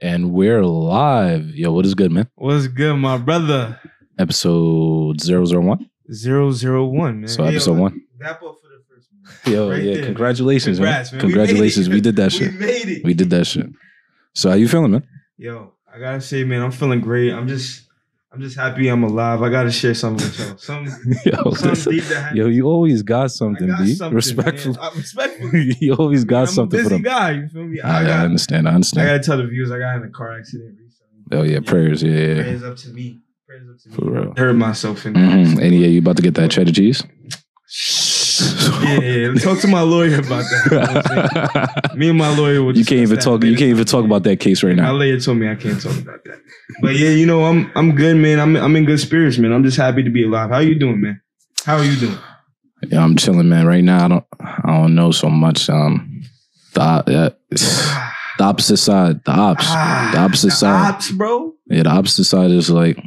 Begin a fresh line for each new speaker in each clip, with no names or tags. And we're live. Yo, what is good, man?
What's good, my brother?
Episode 001.
Zero zero one, man.
So episode one.
Dap up for the first one.
Yo,
right
yeah,
there.
congratulations,
Congrats,
man.
man. We made it.
Congratulations. We, did that
we
shit.
made it.
We did that shit. So how you feeling, man?
Yo, I gotta say, man, I'm feeling great. I'm just, I'm just happy I'm alive. I gotta share something with y'all. Some,
Yo,
some
listen.
deep that happened.
yo you always got something,
I got
B.
something,
Respectful.
man. I- respectful.
you always got
I'm
something
a
for
busy
them.
guy. You feel me?
I,
I,
I
got,
understand. I
I
understand.
gotta tell the viewers, I got in a car accident recently.
oh yeah, prayers. Yeah, yeah, yeah.
Prayers up to me. Prayers up to me.
for real.
Hurt myself in.
Mhm. And yeah, you about to get that cheddar cheese?
Yeah, yeah, yeah. Talk to my lawyer about that. You know what I'm saying? me and my lawyer will.
you can't even talk. You can't even talk about that case right
My
now.
lawyer told me I can't talk about that. But yeah, you know, I'm I'm good, man. I'm I'm in good spirits, man. I'm just happy to be alive. How you doing, man? How are you doing?
Yeah, I'm chilling, man. Right now, I don't. I don't know so much. Um, the uh, the opposite side, the ops,
Ah,
the opposite side.
ops, bro.
Yeah, the opposite side is like.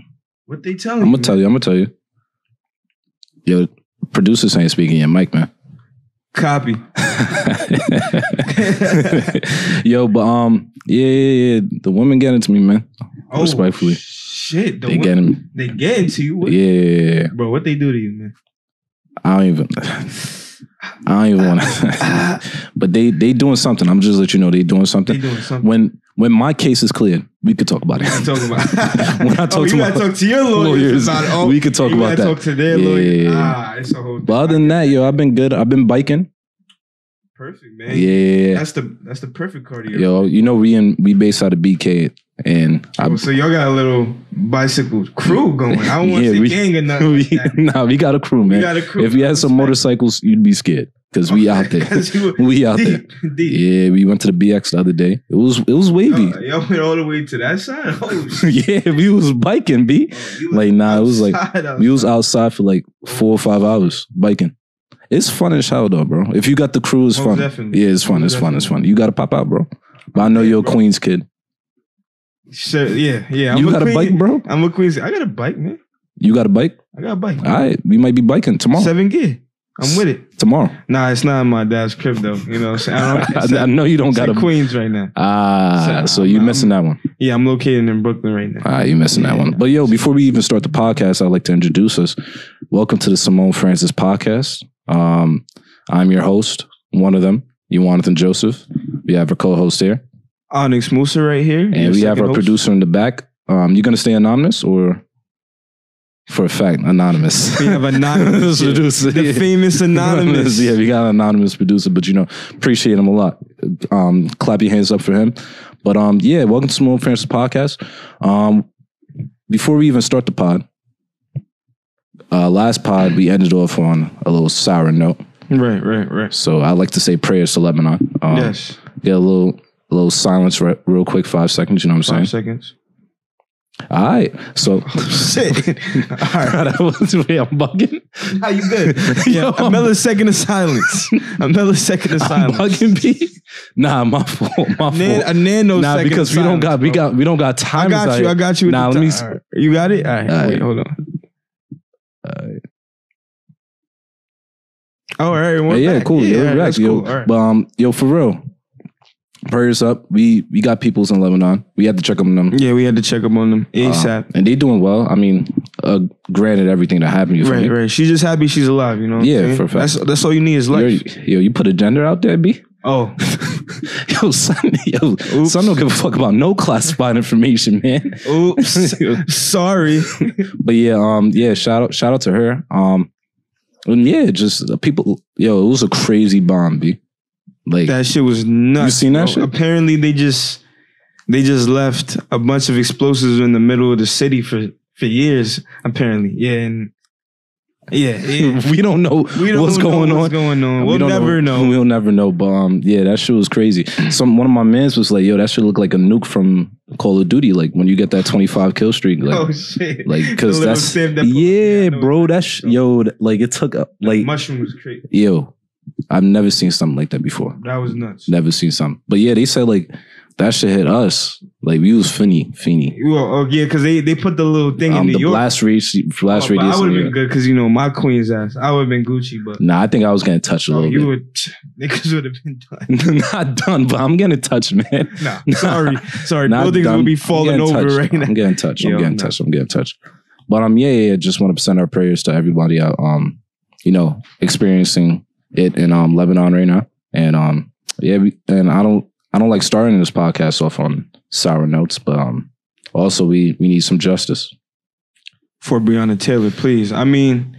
What they telling
I'm gonna tell you. I'm gonna tell you. Yo, producers ain't speaking your mic, man.
Copy.
Yo, but um, yeah, yeah, yeah. The women getting to me, man. Respectfully.
Oh, Shit, the
They
one,
getting me.
they get into you, what,
Yeah, yeah, yeah.
bro. What they do to you, man?
I don't even. I don't even want to. but they they doing something. I'm just let you know they doing
They
something.
doing something.
When when my case is cleared, we could talk about
What
it.
you talking about?
When I talk
oh,
to
you
my
gotta talk to your lawyers,
lawyers,
about it. Oh,
we could talk
you
about
gotta
that.
Talk to their
Yeah,
lawyers.
yeah, yeah.
Ah, it's a whole.
But other than that, yo, I've been good. I've been biking.
perfect,
Yeah,
man.
yeah,
That's the that's the perfect cardio.
yeah. Yo, you know we in we based out of BK, and I,
Oh, so y'all got a little bicycle crew going. I don't want
Yeah,
to say
we-
gang or nothing. like
we,
that.
nah, we got a crew,
We
man.
got a crew.
if you had some motorcycles, you'd be scared because we out there.
'Cause you-
we out there.
deep, deep.
Yeah, we went to the BX the other day. It was it was wavy.
Y'all, y'all went all the way to that side. Oh shit!
yeah, we was biking, b.
Oh, you
Like nah, it was like
outside, outside.
we was outside for like four or five hours biking. It's fun as hell though, bro. If you got the crew, it's
Most
fun.
Oh, definitely.
Yeah, it's fun. It's
Most
fun. It's fun. You gotta pop out, bro. But I know
Yeah,
you're a
bro.
Queens kid.
Sure, yeah, yeah.
you got a
Queen-
bike, bro?
I'm a Queens. I got a bike, man.
You got a bike?
I got a bike.
All right, we might be biking tomorrow.
Seven gear. I'm with it.
Tomorrow.
Nah, it's not in my dad's crib though. You know, what I'm saying? I don't,
I,
it's
I
at-
know you don't
it's
got
at
a
Queens right now.
ah.
It's
So
at-
you
I'm-
missing that one.
Yeah, I'm located in Brooklyn right now.
Ah, you missing that
Yeah.
one. But yo, before we even start the podcast, I'd like to introduce us. Welcome to the Simone Francis podcast. Um, I'm your host, one of them, Jonathan Joseph. We have our co-host here,
Onyx Musa right here.
and we have our producer
producer.
in the back. Um, you gonna stay anonymous or, for a fact, anonymous?
We have anonymous. yeah.
producer,
the
yeah.
famous anonymous.
yeah, we got an anonymous producer, but you know, appreciate him a lot. Um, clap your hands up for him. But um, yeah, welcome to Small Francis Podcast. Um, before we even start the pod, uh, last pod we ended off on a little sour note,
Right, right, right.
so I like to say prayers to Lebanon. Um,
yes.
Get a little, a little silence, right, real quick, five seconds. You know what I'm
Five
saying?
seconds.
All right. So,
Shit. All right.
that was way I'm bugging.
How you good?
Yeah,
Yo, I'm
another second of silence. another second of
I'm
silence.
bugging B. Nah, my fault. My
Nan-
fault.
a nano
nah,
second
because
of
we don't
silence,
got we
bro.
got we don't got time.
I got you. I got you. with
Nah,
the
let me
ti-
s-
All right. You got it. All right.
All right.
Wait, hold on.
All right.
Oh, all right. We're
yeah,
back.
cool. Yeah,
all right,
relax,
that's
yo.
cool. All right.
But um, yo, for real, prayers up. We we got peoples in Lebanon. We had to check on them
Yeah, we had to check up on them
Uh,
ASAP.
and they doing well. I mean, uh, granted everything that happened, you feel
right,
me?
right. She's just happy she's alive. You know. what I'm
Yeah,
saying?
for a fact.
That's that's all you need is life.
You're- Yo, you put a gender out there, b.
Oh,
Yo, son, yo,
Oops.
son, don't give a fuck about no classified information, man.
Oh, oops. Sorry.
But yeah, um, yeah, shout out, shout out to her. Um, and yeah, just the people. Yo, it was a crazy bomb, b. Like
That shit was nuts.
seen that shit?
Apparently they just they just left a bunch of explosives in the middle of the city for for years. Apparently, yeah, and yeah, yeah.
we don't know
We don't
what's
know
going
what's
on.
going on.
We
We'll
don't
never know. Mm.
We'll never know. But um, yeah, that shit was crazy. Some one of my mans was like, "Yo, that should look like a nuke from Call of Duty. Like when you get that twenty five kill streak, like,
oh shit!
like
The
because
little
that's
stamp that-
yeah,
I know
bro.
exactly.
That sh- yo, th- like it took a, like
mushroom was crazy.
yo, I've never seen something like that before.
That was nuts.
Never seen something. But yeah, they said like that shit hit us. Like we was finny, finny.
Well, oh yeah, because they, they put the little thing in
Um,
New
the
York.
blast radius,
Oh,
blast
but
radius.
I
in
would
New
have been
York.
good because you know my queen's ass. I would have been Gucci, but
Nah, I think I was getting touched a little
Oh, you
bit.
would niggas would have been done.
Not done, but I'm getting touched, man.
Nah, sorry, sorry.
Not
Buildings
done.
would be
I'm
falling
getting
over
touched.
right
I'm
now.
getting touched. I'm
Yo,
getting
nah.
touched. I'm getting touched. But um, yeah, yeah. yeah, Just want to send our prayers to everybody out. Um, you know, experiencing it in um Lebanon right now, and um, yeah. We, and I don't, I don't like starting this podcast off on sour notes, but um, also we we need some justice.
For Breonna Taylor, please. I mean,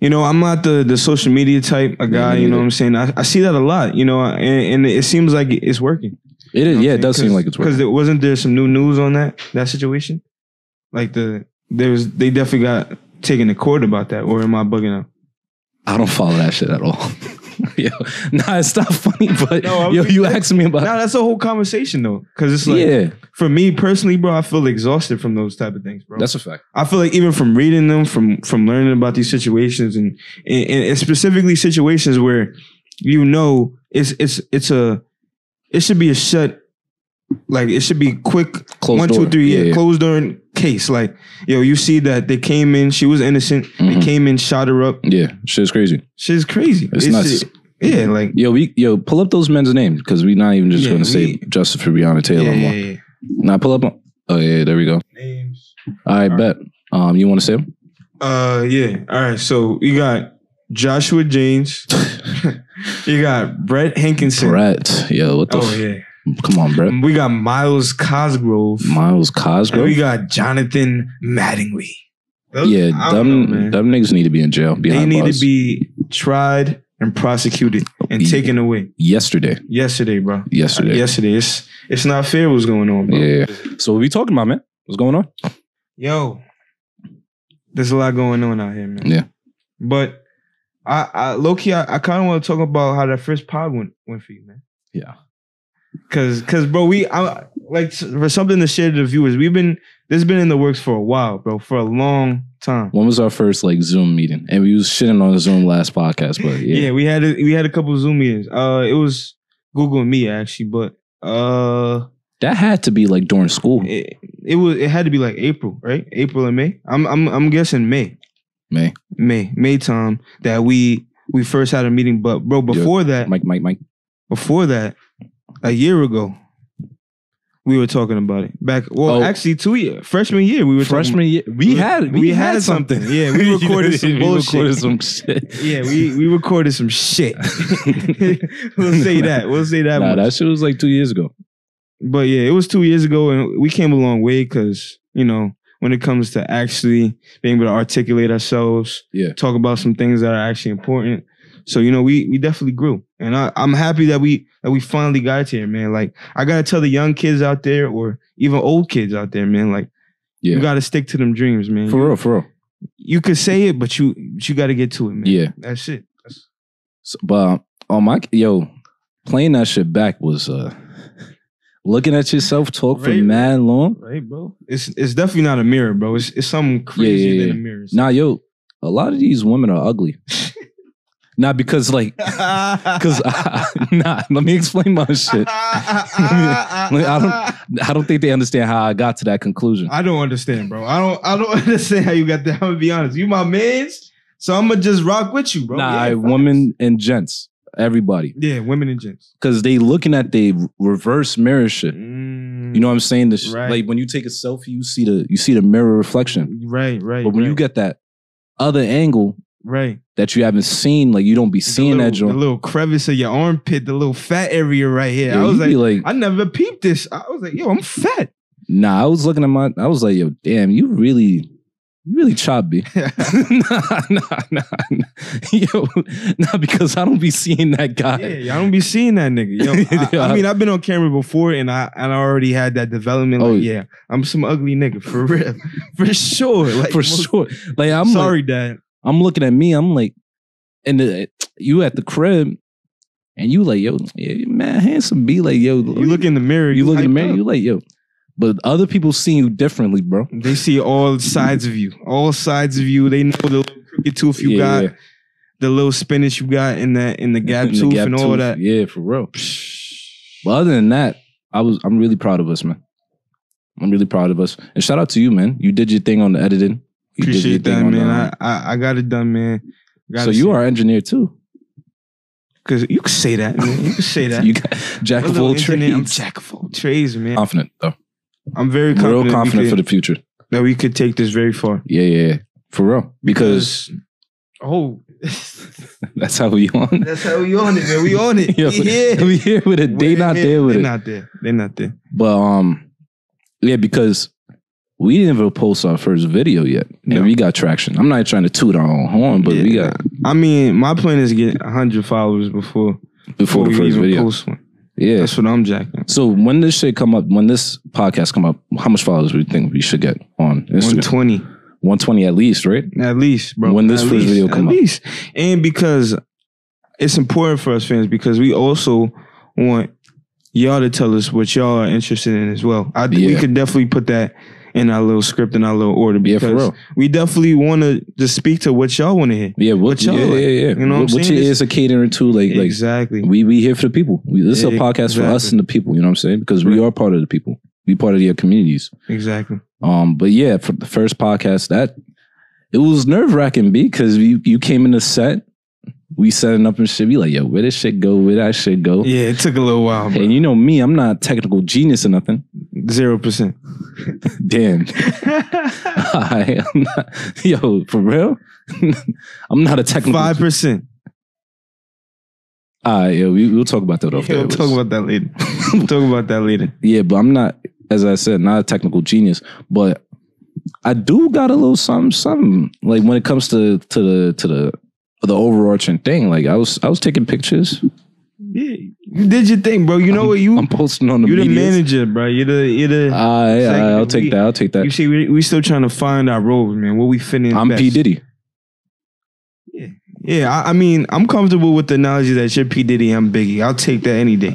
you know, I'm not the the social media type of guy.
me
You know what
neither.
I'm saying? I, I see that a lot. You know, and, and it seems like it's working.
It is, yeah. It does seem like it's
because
working.
there wasn't there some new news on that that situation. Like the there's they definitely got taken to court about that. Or am I bugging out?
Uh, I don't follow that shit at all. yo, nah, it's not funny, but
No, I'm-
yo, you asked me about.
Now that's a whole conversation though, because it's like
yeah,
for me personally, bro, I feel exhausted from those type of things, bro.
that's a fact.
I feel like even from reading them, from from learning about these situations, and and, and specifically situations where you know it's it's it's a it should be a shut, like it should be quick
Closed
one, two,
door.
three, yeah,
Yeah, yeah.
closed door case. Like yo, you see that they came in, she was innocent. They
Mhm.
came in, shot her up.
Yeah, shit's crazy.
Shit's crazy.
It's nuts.
yeah, like
Yo, we yo, pull up those men's names because we're not even just
Yeah,
going to say
we-
Justice for Breonna
yeah,
Taylor.
yeah,
no more.
yeah.
Now pull up. on- Oh yeah, there we go.
Names.
All right,
All right.
bet. Um, you want to say them?
Uh, yeah. All right. So you got Joshua James. you got Brett Hankinson.
Brett. Yo, what the?
Oh
f-
yeah.
Come on, Brett.
We got Miles Cosgrove.
Miles
and we
Cosgrove.
got Jonathan Mattingly. Those-
Yeah,
I don't know,
them
man.
them niggas need to be in jail.
they
Behind
need
bars.
to be tried and prosecuted and
Yeah.
taken away.
yesterday.
Yesterday, bro.
Yesterday.
Yesterday. It's it's not fair what's going on, bro.
Yeah. So what we talking about, man? What's going on?
Yo. There's a lot going on out here, man.
Yeah.
But I, I low key, I, I kind of want to talk about how that first pod went, went for you, man.
Yeah.
Cause, cause, bro, we I like for something to share to the viewers. We've been this has been in the works for a while, bro, for a long time.
When was our first like Zoom meeting? And we was shitting on Zoom last podcast, but
Yeah,
yeah,
we had a, we had a couple Zoom meetings. Uh, it was Google and me actually, but uh,
that had to be like during school,
it, it was it had to be like April, right? April and May. I'm I'm I'm guessing May,
May.
May, May time that we we first had a meeting. But bro, before that,
Mike, Mike, Mike.
before that, a year ago, we were talking about it. Back well,
Oh.
actually two year freshman year we were talking-
Freshman year, we had we, had, something.
Yeah, we recorded some
we
bullshit.
recorded some shit.
Yeah, we, we recorded some shit. we'll say that. We'll say that.
nah,
much.
that shit was like two years ago.
But yeah, it was two years ago, and we came a long way because you know when it comes to actually being able to articulate ourselves,
Yeah.
talk about some things that are actually important. So you know, we we definitely grew, and I, I'm happy that we that we finally got here, man. Like I gotta tell the young kids out there, or even old kids out there, man. Like
Yeah.
you gotta stick to them dreams, man.
For real, for real.
You could say it, but you but you gotta get to it, man.
Yeah.
that's it. That's-
So, but on my yo, playing that shit back was uh looking at yourself talk for
Right.
mad long.
Right, bro. It's it's definitely not a mirror, bro. It's it's something crazier
yeah,
than
yeah.
a mirror.
Nah, yo, a lot of these women are ugly. Not because like because nah, let me explain my shit. Like, I don't I don't think they understand how I got to that conclusion.
I don't understand, bro. I don't I don't understand how you got that. I'm gonna be honest. You my man's, so I'm gonna just rock with you, bro.
nah,
yeah,
women and gents, everybody.
Yeah, women and gents.
Cause they looking at the reverse mirror shit.
Mm,
You know what I'm saying? This
Right.
like when you take a selfie, you see the you see the mirror reflection.
Right, right.
But when you
right,
get that other angle
right,
that you haven't seen, like you don't be seeing
the
that
little, the
joint.
little crevice of your armpit, the little fat area right here.
yo,
I was
you
like,
be like,
I never peeped this. I was like, yo, I'm fat.
nah, I was looking at my, I was like, yo, damn, you really, you really choppy. nah, nah, nah, nah. Yo, nah, because I don't be seeing that guy.
Yeah, y'all don't be seeing that nigga. Yo, I, I mean, I've been on camera before, and I and I already had that development. Like,
Oh, yeah.
yeah, I'm some ugly nigga for real, for sure. Like,
for sure. Like I'm like,
sorry, Dad.
I'm looking at me, I'm like, and the, you at the crib, and you like, yo, yeah, you man, handsome be like, yo,
You look in the mirror.
you look in the
hyped
mirror,
up.
you like, yo. But other people see you differently, bro.
They see all sides of you. All sides of you. They know the little crooked tooth you got, the little spinach you got in that in the gap
And the
tooth
gap
and all
tooth.
that.
Yeah, for real. But other than that, I was I'm really proud of us, man. I'm really proud of us. And shout out to you, man. You did your thing on the editing. You did your
Appreciate
thing
that,
on
man.
the-
I, I I got it done, man. Gotta
so
say-
you are an engineer too.
Cause you can say that, man. You can say that.
You got jack of
Little
all
internet, I'm
trades.
jack of all trades, man.
confident though.
I'm very confident,
Real
we
confident for
could-
the future.
that we could take this very far.
Yeah, yeah, yeah. For real. Because
oh,
that's how we on.
that's how we on it, man. We on it.
Yeah,
We here.
we here with it. They
We're
not
here.
there with
They
it.
not there. They not there.
But um, yeah, because we didn't even post our first video yet,
No.
and we got traction. I'm not trying to toot our own horn, but we
Yeah.
got
I mean, my plan is to get 100 followers before
before the
we
first
even
video.
post one.
Yeah.
That's what I'm jacking.
So when this shit come up, when this podcast come up, how much followers do you think we should get on Instagram?
120
120 at least, right?
at least, bro.
When this
At
first
least.
video come
at
up.
least, and because it's important for us fans because we also want y'all to tell us what y'all are interested in as well. I think we
Yeah.
could definitely put that in our little script in our little order
Yeah,
because
for real.
we definitely want to just speak to what y'all want to hear.
Yeah, what,
What y'all
yeah, yeah,
like,
yeah.
you know
what,
what I'm
what
saying?
your ears are catering to, like, like
exactly.
we we here for the people. We, this is a
Yeah,
podcast for us
exactly.
and the people. You know what I'm saying? Because we
Right.
are part of the people. We part of your communities.
exactly.
Um, but yeah, for the first podcast, that it was nerve wracking because you you came in the set, we setting up and shit. We like, yo, where this shit go? Where that shit go?
Yeah, it took a little while, bro.
And you know me, I'm not a technical genius or nothing.
Zero percent.
Damn, I am not. Yo, for real, I'm not a technical.
Five percent.
Ah, yeah, we, we'll talk about that
We'll
off the air.
talk about that later. We'll talk about that later.
Yeah, but I'm not, as I said, not a technical genius, but I do got a little something, something. Like when it comes to to the to the the overarching thing, like I was I was taking pictures.
Mm-hmm. Yeah, you did your thing, bro. You know what you
I'm posting on the
you the
media.
manager, bro. You're the you're the.
I, I, I'll
Second,
take
we-
that. I'll take
you
that.
see, we we still trying to find our roles, man. What we fit in.
Uh, I'm
best.
P Diddy.
Yeah, I, I mean, I'm comfortable with the analogy that you're P Diddy. I'm Biggie. I'll take that any day.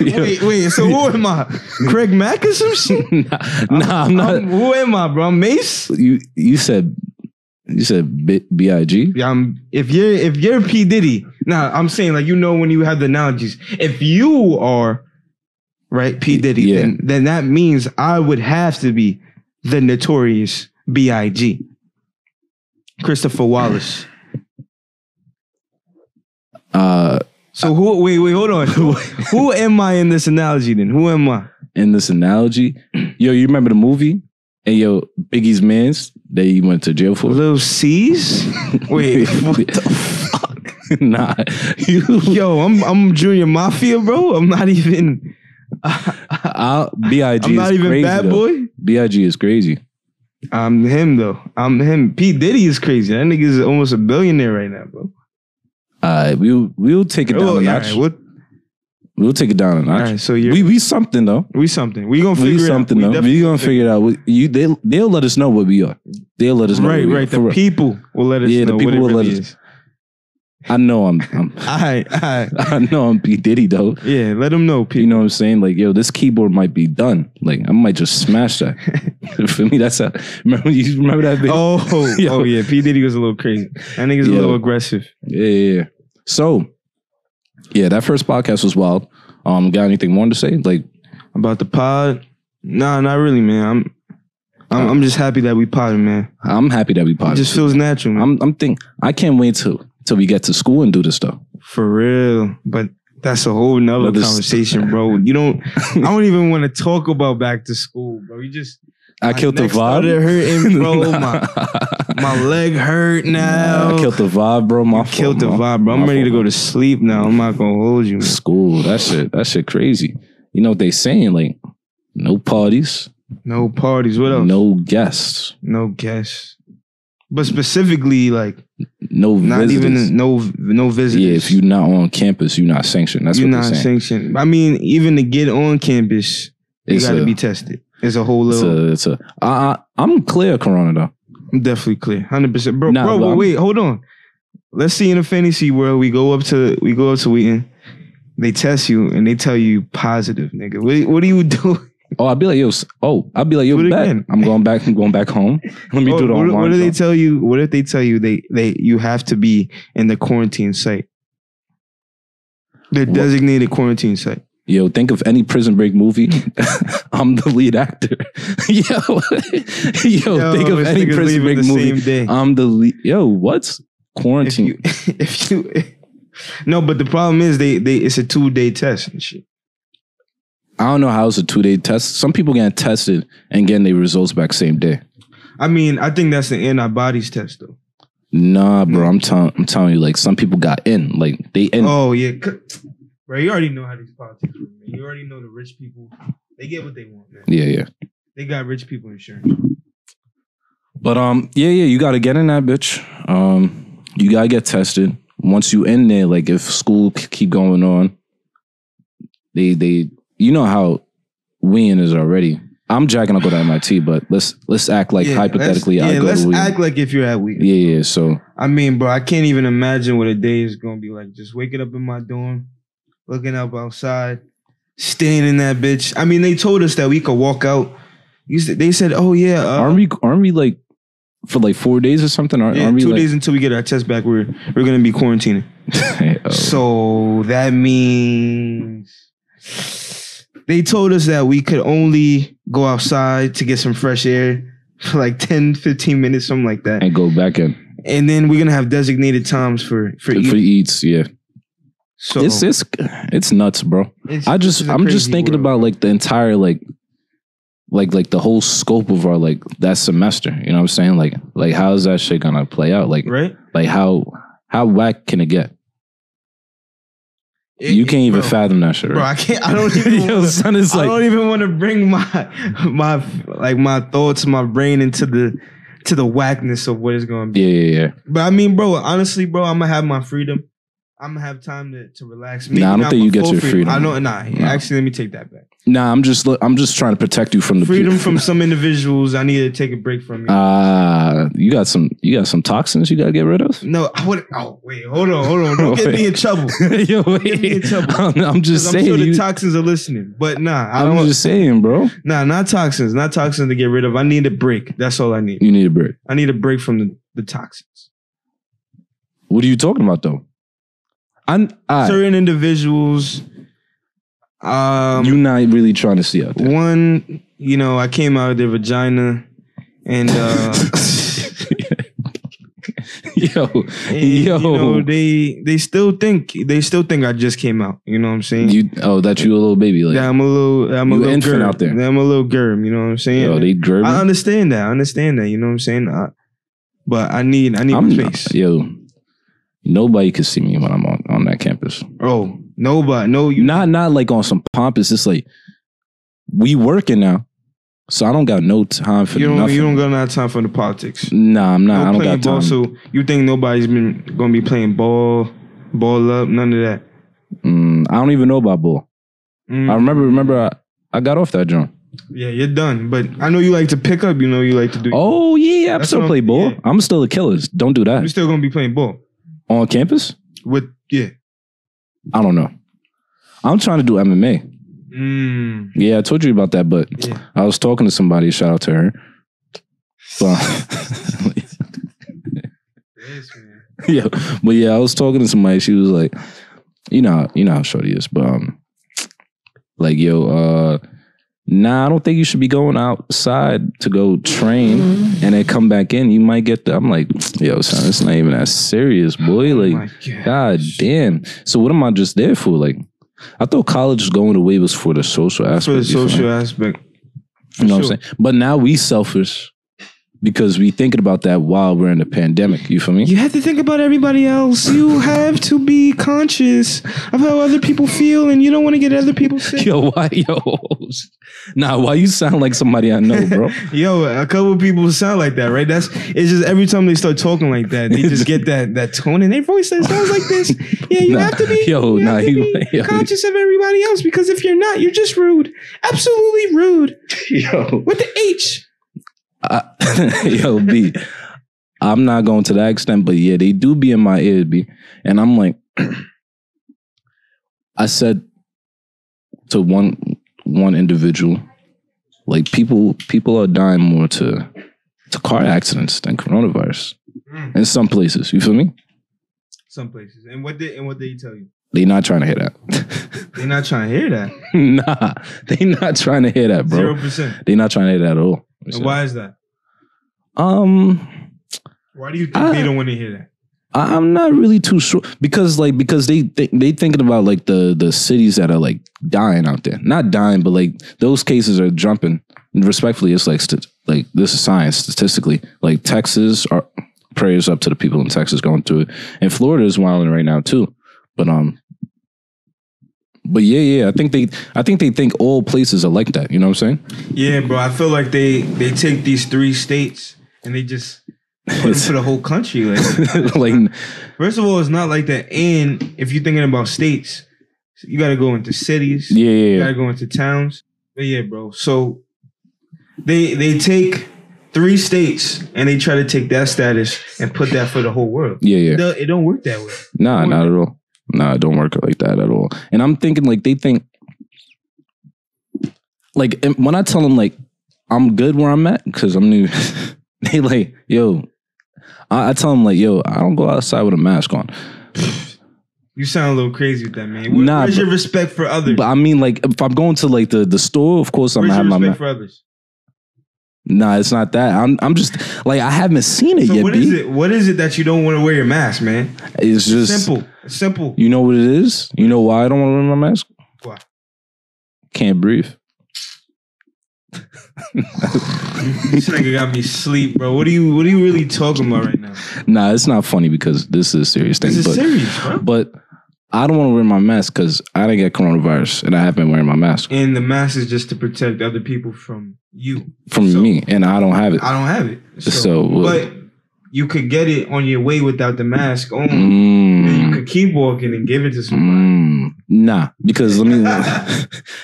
Wait, wait. So who am I? Craig Mack or some shit?
nah, nah, I'm not.
I'm- who am I, bro? I'm Mace.
you you said you said B- B I G.
Yeah, I'm, if you're if you're P Diddy, nah, I'm saying like you know when you have the analogies. If you are right P Diddy,
Yeah.
then, then that means I would have to be the notorious B I G, Christopher Wallace.
Uh,
So who? Wait, wait, hold on. Who, who am I in this analogy? Then who am I?
in this analogy, yo, you remember the movie? And yo, Biggie's mans they went to jail for.
Little C's? Wait, what the
fuck? nah, you
yo, I'm I'm Junior Mafia, bro. I'm not even.
I'll, Big
I'm
is
not even
crazy.
bad boy.
Big is crazy.
I'm him though. I'm him. P Diddy is crazy. That nigga is almost a billionaire right now, bro.
Uh, we'll we'll take it down
Well,
a
all
notch.
right, what-
We'll take it down a
all
notch.
right, so you're,
We
we
we something though.
we something. We gonna figure
We
it
something
out.
though. We gonna figure it out. We- You they they'll let us know what we are. They'll let us know. what
Right,
we
right.
Are, for
The
real.
people will let us
Yeah, the
know
people
what it
will let
really
us-
is.
I know I'm, I'm
All right, all right.
I know I'm B Diddy though.
Yeah, let them know,
You
people.
know what I'm saying? Like, yo, this keyboard might be done. Like, I might just smash that. For me, that's how. Remember, you remember that video?
Oh,
Yo.
oh yeah. P Diddy was a little crazy. That nigga's
Yo.
a little aggressive.
Yeah, yeah, yeah. So, yeah, that first podcast was wild. Um, got anything more to say? Like,
About the pod? Nah, not really, man. I'm I'm, I'm just happy that we potted, man.
I'm happy that we
It
podcast.
just feels natural, man.
I'm, I'm think I can't wait till till we get to school and do this stuff.
For real. But that's a whole nother
Another s-
conversation, bro. You don't I don't even want to talk about back to school, bro. You just
I
my
killed the
neck started
vibe.
hurting, bro.
Nah.
my, my leg hurt
Nah,
now.
I killed the vibe, bro. My
Killed the
fault, my-
vibe, bro. I'm
my
ready to
fault.
go to sleep now. I'm not gonna hold you. man.
school. That shit. That shit crazy. You know what they saying? Like, no parties,
No parties. What else?
no
No,
guests,
no guests. But specifically, like
no
not
visitors.
even no no visitors.
yeah, if you're not on campus, you're not sanctioned. That's
you're
what
not
they're saying.
sanctioned. I mean, even to get on campus, you
It's
gotta
a-
be tested. It's a whole
It's
little.
a, it's a, I, I, I'm clear of Corona though.
I'm definitely clear, hundred percent, bro.
Nah,
bro,
but I'm-
wait, hold on. Let's see in a fantasy world, we go up to we go up to Wheaton, they test you and they tell you positive, nigga. What, what do you do?
Oh, I'd be like, yo, s- oh, I'd be like, yo,
Do it
bet.
again.
I'm going back, I'm going back home. Let me
Oh,
do the
what,
online.
what do they
stuff.
tell you? What if they tell you they they you have to be in the quarantine site? The designated quarantine site.
Yo, think of any Prison Break movie. I'm the lead actor. yo, yo, think of
it's
any
niggas
Prison
leaving
Break
the
movie.
Same day.
I'm the lead. Yo, what's
if
quarantine?
you, if you, no, but the problem is they they it's a two day test and shit.
I don't know how it's a two day test. Some people getting tested and getting their results back same day.
I mean, I think that's the antibodies test though.
Nah, bro, I'm telling, I'm telling you, like some people got in, like they in.
Hmm. Oh yeah, c-
Bro, you already know how these politics work, man. You already know the rich people. They get what they want, man.
Yeah, yeah.
they got rich people insurance.
But um, yeah, yeah, you gotta get in that bitch. Um, you gotta get tested. Once you in there, like if school k- keep going on, they they you know how we in is already. I'm jacking. I go to MIT, but let's let's act like
Yeah,
hypothetically
let's,
I
yeah,
go
let's
to we.
act like if you're at weed.
yeah, yeah. So
I mean, bro, I can't even imagine what a day is gonna be like. Just waking up in my dorm, looking up outside, staying in that bitch. I mean, they told us that we could walk out. You said- They said, "Oh yeah, uh,
aren't we aren't we like for like four days or something? Aren't,
yeah,
aren't we
two
like,
days until we get our test back, we're we're gonna be quarantining."
Oh.
So that means they told us that we could only go outside to get some fresh air for like 10, 15 minutes, something like that.
and go back in
And then we're gonna have designated times for for,
for
each.
eats. Yeah,
So
it's it's it's nuts, bro.
it's-
I
this
just
is a
I'm just
crazy
thinking
world.
about like the entire like like like the whole scope of our like that semester. You know what I'm saying? Like like how's that shit gonna play out? Like
right.
like how how whack can it get? you can't even
bro,
fathom that shit,
Bro,
right?
I can't. I don't even.
Yo,
wanna-
son, it's
I
like
don't even want to bring my my like my thoughts, my brain into the to the whackness of what it's gonna be.
yeah, yeah, yeah.
But I mean, bro, honestly, bro, I'm gonna have my freedom. I'm gonna have time to, to relax.
Nah, I don't
not
think
my
you get
full
your freedom.
I don't. Nah,
Nah.
actually, let me take that back.
Nah, I'm just look, I'm just trying to protect you from the
Freedom from some individuals. I need to take a break from. You.
Ah, you got some you got some toxins you gotta get rid of.
no, I would. Oh wait, hold on, hold on. Don't get me in trouble.
Yo,
me in
wait.
trouble.
I'm, I'm just
'Cause I'm
saying.
sure the
you-
toxins are listening, but nah, I
I'm
don't.
just saying, bro.
nah, not toxins, not toxins to get rid of. I need a break. That's all I need.
You need a break.
I need a break from the, the toxins.
What are you talking about though? I'm I,
Certain individuals. Um,
you're not really trying to see out there.
One, you know, I came out of their vagina, and uh,
yo, yo,
and, you know, they they still think they still think I just came out. You know what I'm saying?
you oh that you a little baby like
yeah, I'm a little, I'm a
You
little
infant
girl
out there.
I'm a little germ. You know what I'm saying?
yo they grab
I understand that. I understand that. You know what I'm saying? I, but I need, I need
I'm
my
not-
space.
yo. Nobody could see me when I'm on, on that campus.
Oh, nobody, no, you.
Not not like on some pompous. It's like we working now, so I don't got no time for
You don't,
nothing.
you don't got no time for the politics.
nah, I'm
No
not. I don't
playing
got
ball,
time.
so you think nobody's been gonna be playing ball, ball up, none of that.
Mm, I don't even know about ball.
Mm.
I remember remember I, I got off that joint.
Yeah, you're done. But I know you like to pick up. You know you like to do.
Oh yeah, I
That's
still
what
play
I'm-
ball.
yeah.
I'm still a killer. Don't do
you're
that
still gonna be playing ball
on campus.
with yeah.
I don't know. I'm trying to do MMA.
Mm.
Yeah, I told you about that, but
Yeah.
I was talking to somebody. Shout out to her. But,
Yes, man.
yeah, but yeah, I was talking to somebody. She was like, you know, you know how shorty is, but um, like yo, uh, nah, I don't think you should be going outside to go train
Mm-hmm.
and then come back in. You might get the. I'm like, yo, son, it's not even that serious, boy.
Oh
Like,
my God.
God damn. So what am I just there for? Like, I thought college going away was for the social aspect.
for the
you feel me?
social aspect.
You know what
Sure.
I'm saying? But now we selfish because we thinking about that while we're in the pandemic. You feel me?
You have to think about everybody else. You have to be conscious of how other people feel, and you don't want to get other people sick.
Yo, why yo Nah, why you sound like somebody I know, bro?
Yo, a couple of people sound like that, right? That's it's just every time they start talking like that, they just get that that tone in their voice that sounds like this. Yeah, you
Nah,
have to be,
yo,
you
nah,
have to
you-
be
yo.
conscious of everybody else because if you're not, you're just rude, absolutely rude
yo.
with the H.
I, yo, B. I'm not going to that extent, but yeah, they do be in my ear, B. And I'm like, I said to one one individual, like people people are dying more to to car accidents than
Mm.
coronavirus in some places. You feel me?
Some places, and what did and what did he tell you?
They not trying to hear that.
They're not trying to hear that.
nah, they not trying to hear that,
Zero
bro.
percent.
They not trying to hear that at all.
And Why is that?
Um,
Why do you think
Ah.
they don't want to hear that?
I- I'm not really too sure because like because they think they thinking about like the the cities that are like dying out there, not dying, but like those cases are jumping. And respectfully, it's like st- like this is science statistically. Like Texas, our prayers up to the people in Texas going through it, and Florida is wilding right now too. But um, but yeah, yeah, I think they I think they think all places are like that. You know what I'm saying?
Yeah, bro. I feel like they they take these three states and they just put them
It's-
to the whole country. Like,
like
first of all, it's not like that. And if you're thinking about states, you got to go into cities.
yeah,
You
yeah,
gotta go into towns. But yeah, bro. So they they take three states and they try to take that status and put that for the whole world.
yeah, yeah.
It don't- It don't work that way.
Nah,
Don't work
not at all. Nah, it don't work like that at all. And I'm thinking like they think like and when I tell them like I'm good where I'm at because I'm new, they like yo. I, I tell them like yo, I don't go outside with a mask on.
You sound a little crazy with that, man. Where-
Nah,
where's
but-
your respect for others?
But I mean like if I'm going to like the the store, of course I'm
Where's
gonna
your
have my
respect
mask.
for others?
Nah, it's not that. I'm I'm just like I haven't seen it
So
yet.
what
B.
is it? What is it that you don't want to wear your mask, man?
It's just
Simple, simple.
You know what it is? You know why I don't want to wear my mask?
Why?
Can't breathe.
this nigga got me sleep, bro. What are you? What are you really talking about right now?
Nah, it's not funny because this is a serious thing.
This is
but
serious, bro.
but I don't want to wear my mask because I didn't get coronavirus and I have been wearing my mask
And the mask is just to protect other people from you.
from
So-
me and I don't have it.
I don't have it.
So, uh,
but you could get it on your way without the mask on. And you
mm,
could keep walking and give it to someone.
mm, nah, because let me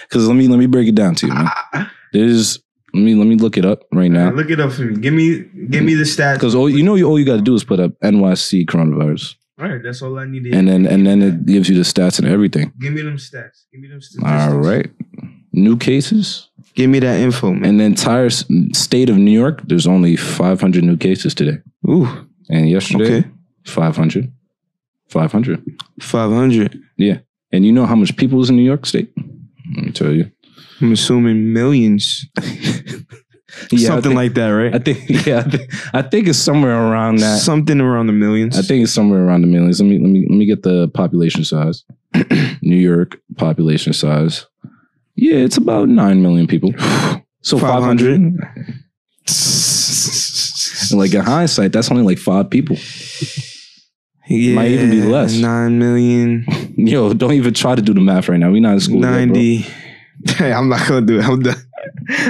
because let me let me break it down to you. Man. There's let me let me look it up right now
Look it up for me. Give me, give me the stats.
because all you know you all you got to do is put up NYC coronavirus
all right, that's all I need. to hear.
and then and then it gives you the stats and everything.
give me them stats. Give me them statistics.
All right, new cases.
Give me that info, man.
In the entire s- state of New York, there's only 500 new cases today.
Ooh,
And yesterday,
Okay.
500. 500.
five hundred.
And you know how much people is in New York State? Let me tell you.
I'm assuming millions,
Yeah,
something like that, right?
I think yeah, I think, I think it's somewhere around that.
Something around the millions.
I think it's somewhere around the millions. Let me let me let me get the population size. New York population size. Yeah, it's about 9 million people. So 500.
500.
And like in hindsight, that's only like 5 people.
yeah,
might even be less.
Nine million.
Yo, don't even try to do the math right now. We're not in school. yet, bro.
90. Hey, I'm not gonna do it. I'm done.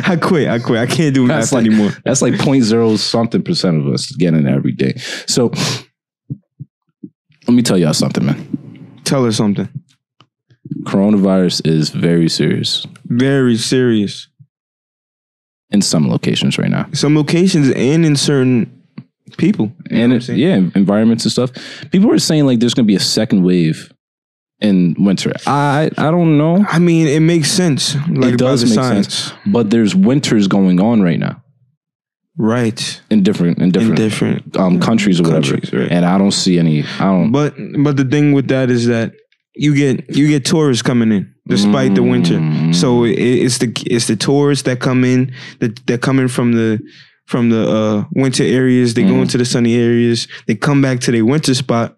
I quit. I quit. I can't do
That's
math
like-
anymore.
That's like point zero something percent of us getting it every day. So let me tell y'all something, man.
Tell her something.
Coronavirus is very serious
Very serious.
in some locations right now,
Some locations and in certain people. You know
and
what I'm
it,
saying?
yeah, environments and stuff. People are saying like there's gonna be a second wave in winter. I I don't know,
I mean, it makes sense. Like
It does
by the
make
science.
but there's winters going on right now
Right.
in different in
In
different,
different.
um countries or
Countries,
whatever.
right.
And I don't see any. I don't.
But but the thing with that is that you get you get tourists coming in despite the winter.
Mm.
So it, it's the it's the tourists that come in that that come in from the from the uh, winter areas. They go
Mhm.
into the sunny areas. They come back to their winter spot,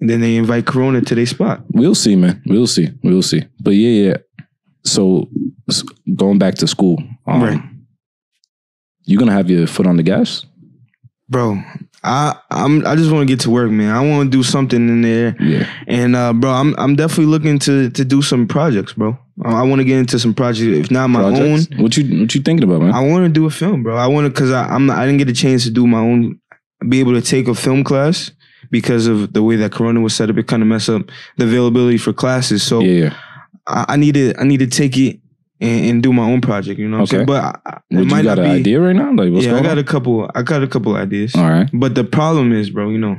and then they invite Corona to their spot.
We'll see, man. We'll see. We'll see. But yeah, yeah. So s- going back to school, um,
Right.
You're gonna have your foot on the gas.
Bro, I I'm I just want to get to work, man. I want to do something in there,
Yeah.
and uh, bro, I'm I'm definitely looking to to do some projects, bro. Uh, I, I want to get into some projects, if not my own.
Projects. What you What you thinking about, man?
I want to do a film, bro. I want to because I I'm not, I didn't get a chance to do my own, be able to take a film class because of the way that Corona was set up. It kind of messed up the availability for classes. So
yeah, yeah.
I, I need to I need to take it and, and do my own project. You know what
Okay.
I'm saying? But I, I- it
What, you
might
got
not
an
be.
idea right now? Like, what's
yeah, I
going
got a couple. I got a couple ideas.
on? All right.
But the problem is, bro, you know,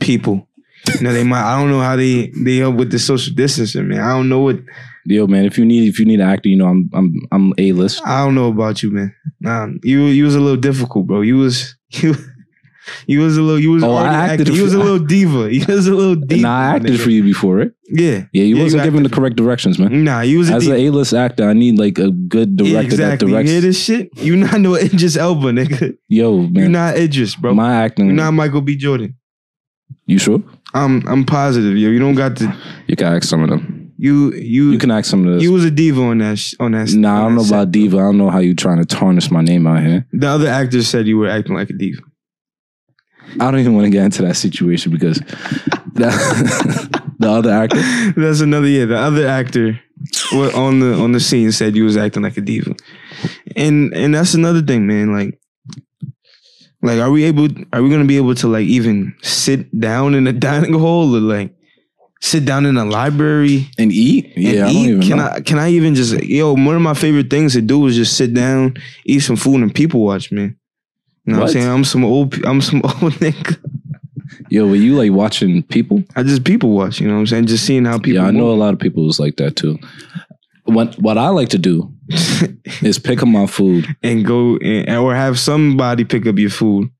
people. You know, they might. I don't know how they they help with the social distancing, man. I don't know what.
Yo, man. If you need If you need an actor, you know, I'm I'm I'm a list.
I don't know about you, man. Nah, you you was a little difficult, bro. You was you You was a little. You was.
Oh, I
already
acted
acting- You
for-
was a little diva. You was a little
and
diva.
I acted
nigga.
for you before, right?
Yeah.
Yeah, you
Yeah,
wasn't
you
giving the
acted for-
correct directions, man.
Nah, you was a
As
diva.
an A-list actor, I need like a good director
yeah,
that
exactly. You
directs.
hear this shit? You not no Idris Elba, nigga.
Yo,
You
man,
not Idris, bro.
my acting.
you not Michael B. Jordan.
you sure?
I'm I'm positive, yo. You don't got to.
You can ask some of them.
You you
You can ask some of
you
this.
was a diva on that sh- on that.
Nah, I
on
don't know
that
about
set.
diva. I don't know how you trying to tarnish my name out here.
The other actors said you were acting like a diva.
I don't even want to get into that situation because the, the other actor.
That's another yeah. The other actor wa- on the on the scene said you was acting like a diva, and and that's another thing, man. Like, like are we able? Are we gonna be able to like even sit down in a dining hall or like sit down in a library?
And eat?
and
Yeah, I don't
eat?
even
can
know.
I can I even just yo? One of my favorite things to do is just sit down, eat some food, and people watch, man. You know what,
What?
I'm saying? I'm some old. pe- I'm some old nigga.
Yo, were you like watching people?
I just people watch. You know what I'm saying? Just seeing how people.
yeah, I know
move.
a lot of people was like that too. What what I like to do is pick up my food.
and go and, or have somebody pick up your food.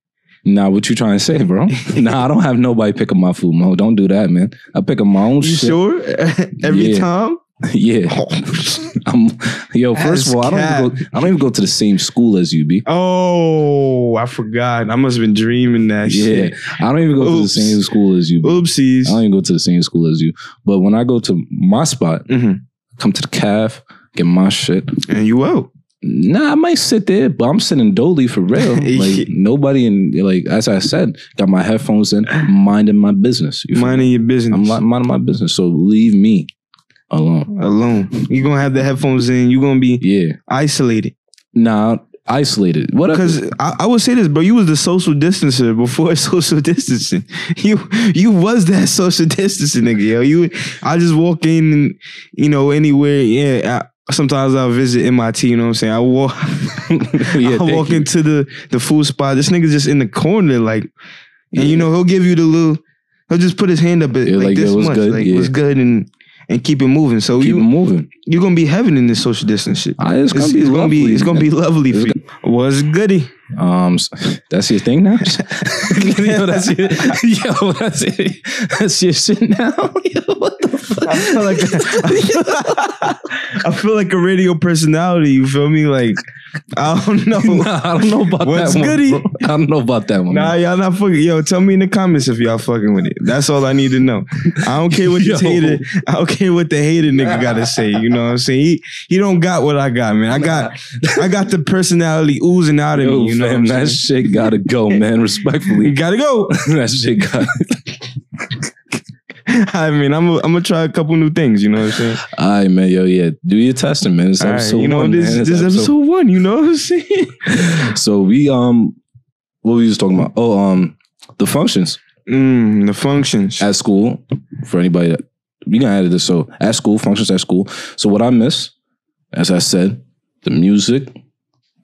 Nah, what you trying to say, bro? nah, I don't have nobody pick up my food, Mo. Don't do that, man. I pick up my own
You
Oh, shit.
sure? Every
Yeah.
time?
yeah. I'm, yo, first
That's
of all, I don't, even go, I don't even go to the same school as you, B.
Oh, I forgot. I must have been dreaming that
Yeah. Oh,
shit.
I don't even go to the
Oops.
same school as you, B.
Oopsies.
I don't even go to the same school as you. But when I go to my spot,
Mhm.
come to the calf, get my shit.
And you out.
Nah, I might sit there, but I'm sitting dolly for real. Like nobody in like as I said, got my headphones in, minding my business. You feel me?
Minding your business.
I'm li- minding my business. So leave me alone.
alone. You're gonna have the headphones in. You're gonna be
Yeah.
isolated.
Nah, isolated. Whatever.
Because I, I would say this, bro. You was the social distancer before social distancing. You you was that social distancing nigga. Yo, you. I just walk in, and, you know, anywhere. Yeah. I, sometimes I'll visit MIT. You know what I'm saying? I walk.
Yeah,
I
thank
walk
you.
into the the food spot. This nigga's just in the corner, like, and you know he'll give you the little. He'll just put his hand up at,
Yeah,
like,
like,
this
yo, what's
much,
good?
like
Yeah.
what's good, and and keep it moving. So
Keep it
you
moving.
you're gonna be heaven in this social distance shit.
Ah, it's gonna
it's,
be
it's gonna be
lovely,
it's gonna
man.
be lovely for you. What's goody?
Um, s- that's your thing now. yo, that's your, yo, that's your, that's your shit now. Yo, what the fuck?
I feel like I feel like a radio personality. You feel me? Like I don't know.
Nah, I don't know about
What's
that
goody?
one. Bro. I don't know about that one.
Nah,
man.
y'all not fucking. Yo, tell me in the comments if y'all fucking with it. That's all I need to know. I don't care what
Yo.
this hater. I don't care what the hater nigga gotta say. You know what I'm saying? He he don't got what I got, man. I got I got the personality oozing out of
Yo,
me. You know
fam,
what I'm
that
saying?
shit gotta go, man.
You
Respectfully,
gotta go.
that shit got.
I mean, I'm i I'm gonna try a couple new things. You know what I'm saying?
All right, man. Yo, yeah. Do your testing, man. It's
All right,
episode
you know
one,
this
man. It's
this episode. one. You know what I'm saying?
So we um, what we was talking about? Oh, um, the functions
Mm, the functions.
at school for anybody that we gonna edit this. So at school, functions at school. So what I miss, as I said, the music,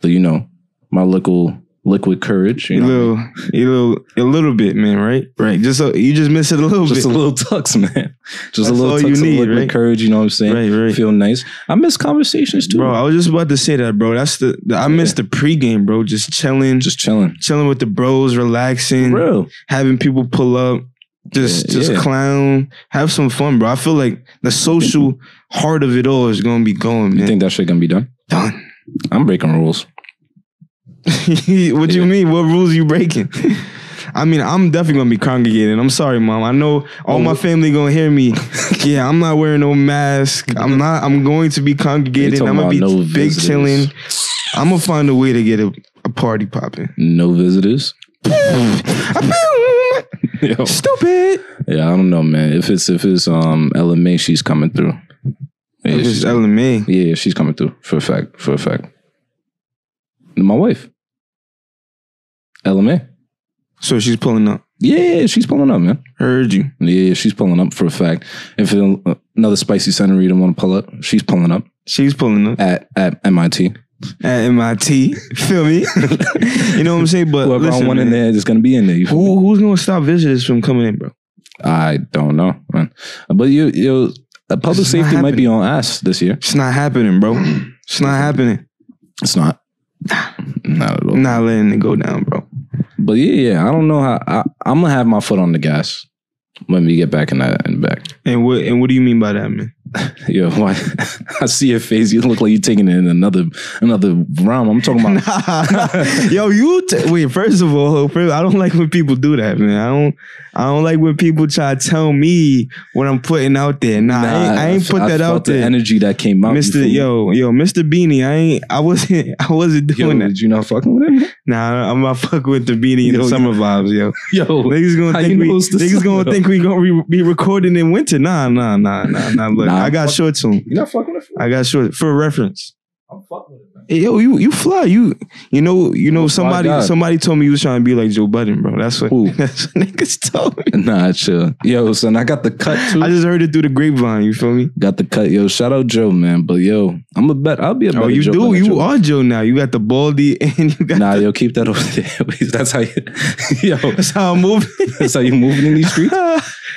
the you know, my little liquid courage, you
a
know,
little, a little, a little bit, man. Right, right. Just so you just miss it a little
just a
bit.
little tux, man. Just
That's
a little
all
tux
you
of
need,
liquid
right?
courage. You know what I'm saying?
right, right.
Feel nice. I miss conversations too,
Bro, I was just about to say that, bro. That's the, the I miss the pregame, bro. Just chilling, just
Just chilling.
chilling with the bros, relaxing,
Real.
having people pull up, just
Yeah,
just
yeah.
clown, have some fun, bro. I feel like the social heart of it all is gonna be going,
You
man.
think that shit gonna be done?
Done.
I'm breaking rules.
what
Yeah.
you mean? What rules you breaking? I mean, I'm definitely gonna be congregating. I'm sorry, mom. I know all
Oh,
my
what-
family gonna hear me. yeah, I'm not wearing no mask. I'm not. I'm going to be congregating.
talking
I'm gonna
about
be
no
big
visitors.
chilling. I'm gonna find a way to get a, a party popping.
No visitors. Yo.
Stupid.
Yeah, I don't know, man. If it's if it's um LMA, she's coming through. Yeah,
It's
she's,
LMA.
yeah, she's coming through for a fact. For a fact. My wife. LMA.
So she's pulling up.
Yeah, yeah, she's pulling up, man.
Heard you.
Yeah, she's pulling up for a fact. If it, another spicy senorita want to pull up, she's pulling up
She's pulling up
at at MIT.
at MIT. Feel me? you know what I'm saying? But
Whoever
listen,
I want in
man,
there is gonna be in there. You feel me?
Who, who's gonna stop visitors from coming in, bro?
I don't know, man. But you, you, uh, public
It's not
safety might be on us this year.
It's not happening, bro. It's not happening.
It's not. Not at all.
I'm not letting it go down, bro.
But yeah, yeah, I don't know how I, I'm gonna have my foot on the gas when we get back in that and back.
And what and what do you mean by that, man?
Yo, why? I see your face. You look like you're taking it in another another realm. I'm talking about.
Yo, you t- wait. First of all, first, I don't like when people do that, man. I don't. I don't like when people try to tell me what I'm putting out there. Nah, I ain't, I ain't
f-
put
felt
that out
The
there,
energy that came out, you
Mister.
feel me?
Yo, yo, Mister Beanie. I ain't. I wasn't. I wasn't
Yo,
doing that.
did you not fucking with him?
Nah, I'm not fucking with the Beanie and
Yo,
the summer vibes, yo.
Yo,
Niggas
How
gonna
you
think we
know it's the
niggas gonna
summer?
think we gonna re- be recording in winter. Nah, nah, nah, nah, nah. Look,
Nah,
I got
fuck-
shorts on.
you not fucking with him?
I got shorts for reference.
I'm fucking with him. man.
Hey, Yo, you you fly. You you know you know
my
somebody
God.
somebody told me you was trying to be like Joe Budden, bro. That's what
Who?
that's what niggas told me.
Nah, chill. Yo, son, I got the cut too.
I just heard it through the grapevine. You feel me?
got the cut. Yo, shout out Joe, man. But yo, I'm a bet. I'll be a better
Oh, you
Joe
do.
than
You
Joe.
are Joe now. You got the baldy and you got.
Nah, yo, keep that over there. That's how you, yo,
That's how I'm moving.
that's how you moving in these streets.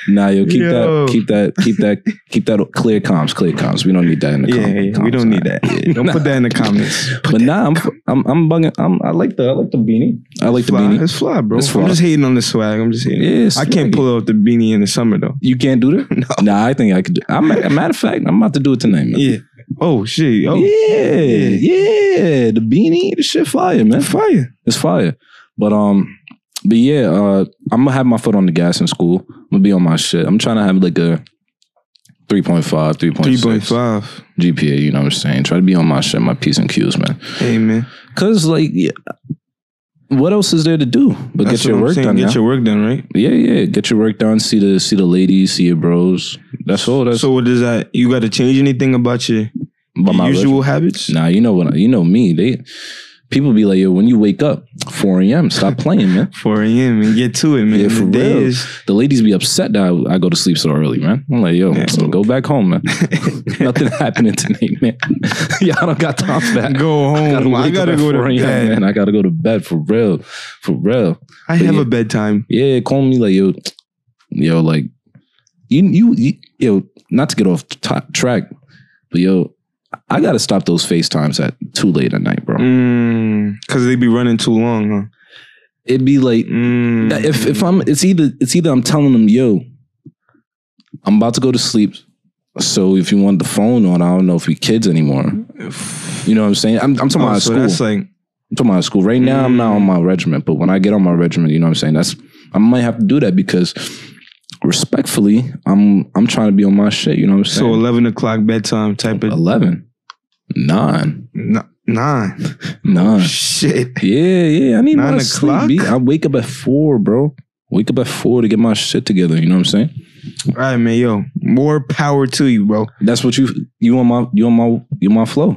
Nah, yo, keep
Yo.
that, keep that, keep that, keep that clear comms, clear comms. We don't need that in the
yeah,
com-
yeah,
comms.
we don't need
alright.
that. Yeah, don't put that in the comments.
But nah, I'm, I'm, I'm bugging. I'm, I like the, I like the beanie. I like the
Fly.
beanie.
It's fly, bro.
It's fly.
I'm just hating on the swag. I'm just hating.
Yeah, it's
I can't
swaggy.
pull out the beanie in the summer though.
You can't do that. No. Nah, I think I could. Do, I'm a matter of fact, I'm about to do it tonight, man.
Yeah. Oh shit. Oh,
Yeah, yeah, the beanie, the shit fire, man.
fire.
It's fire. But um, but yeah, uh, I'm gonna have my foot on the gas in school. I'm gonna be on my shit. I'm trying to have like a 3.5,
Three point
3.6
five.
GPA. You know what I'm saying? Try to be on my shit, my p's and q's, man.
Hey man.
Cause like, yeah, what else is there to do but
That's
get your
what I'm
work
saying.
done?
Get
now?
your work done, right?
yeah, yeah, get your work done. See the see the ladies, see your bros. That's all. That's
so what does that you gotta change anything about your,
about my
usual habits?
Nah, you know what? You know me. They people be like, yo, when you wake up, 4 a.m. Stop playing, man.
4 a.m. and get to it, man.
Yeah, for
The day
real.
is-
The ladies be upset that I, I go to sleep so early, man. I'm like, yo,
Yeah.
go back home, man. Nothing happening tonight, man. yeah, I don't got time for that.
go home. I gotta,
wake up at
go to
4 a.m.,
bed.
man. I gotta go to bed for real, for real.
I have
Yeah.
a bedtime.
Yeah, call me like yo, yo, like you, you, you yo. Not to get off t- track, but yo, I gotta stop those FaceTimes at too late at night, bro.
Mm, Cause they be running too long, huh?
It'd be like
Mm.
That- if if I'm it's either it's either I'm telling them, yo, I'm about to go to sleep. So if you want the phone on, I don't know if we kids anymore. You know what I'm saying? I'm, I'm talking
Oh,
about
so
school.
that's Mm. like
I'm talking about school. Right now, I'm not on my regiment, but when I get on my regiment, you know what I'm saying? That's I might have to do that because respectfully, I'm I'm trying to be on my shit. You know what I'm
so
saying?
eleven o'clock bedtime type of
eleven, nine,
n- nine.
nine.
Shit.
Yeah, yeah. I need
Nine
my sleep.
o'clock?
B. I wake up at four, bro. Wake up at four to get my shit together. You know what I'm saying?
All right, man. Yo, more power to you, bro.
That's what you you on my you on my you on my flow.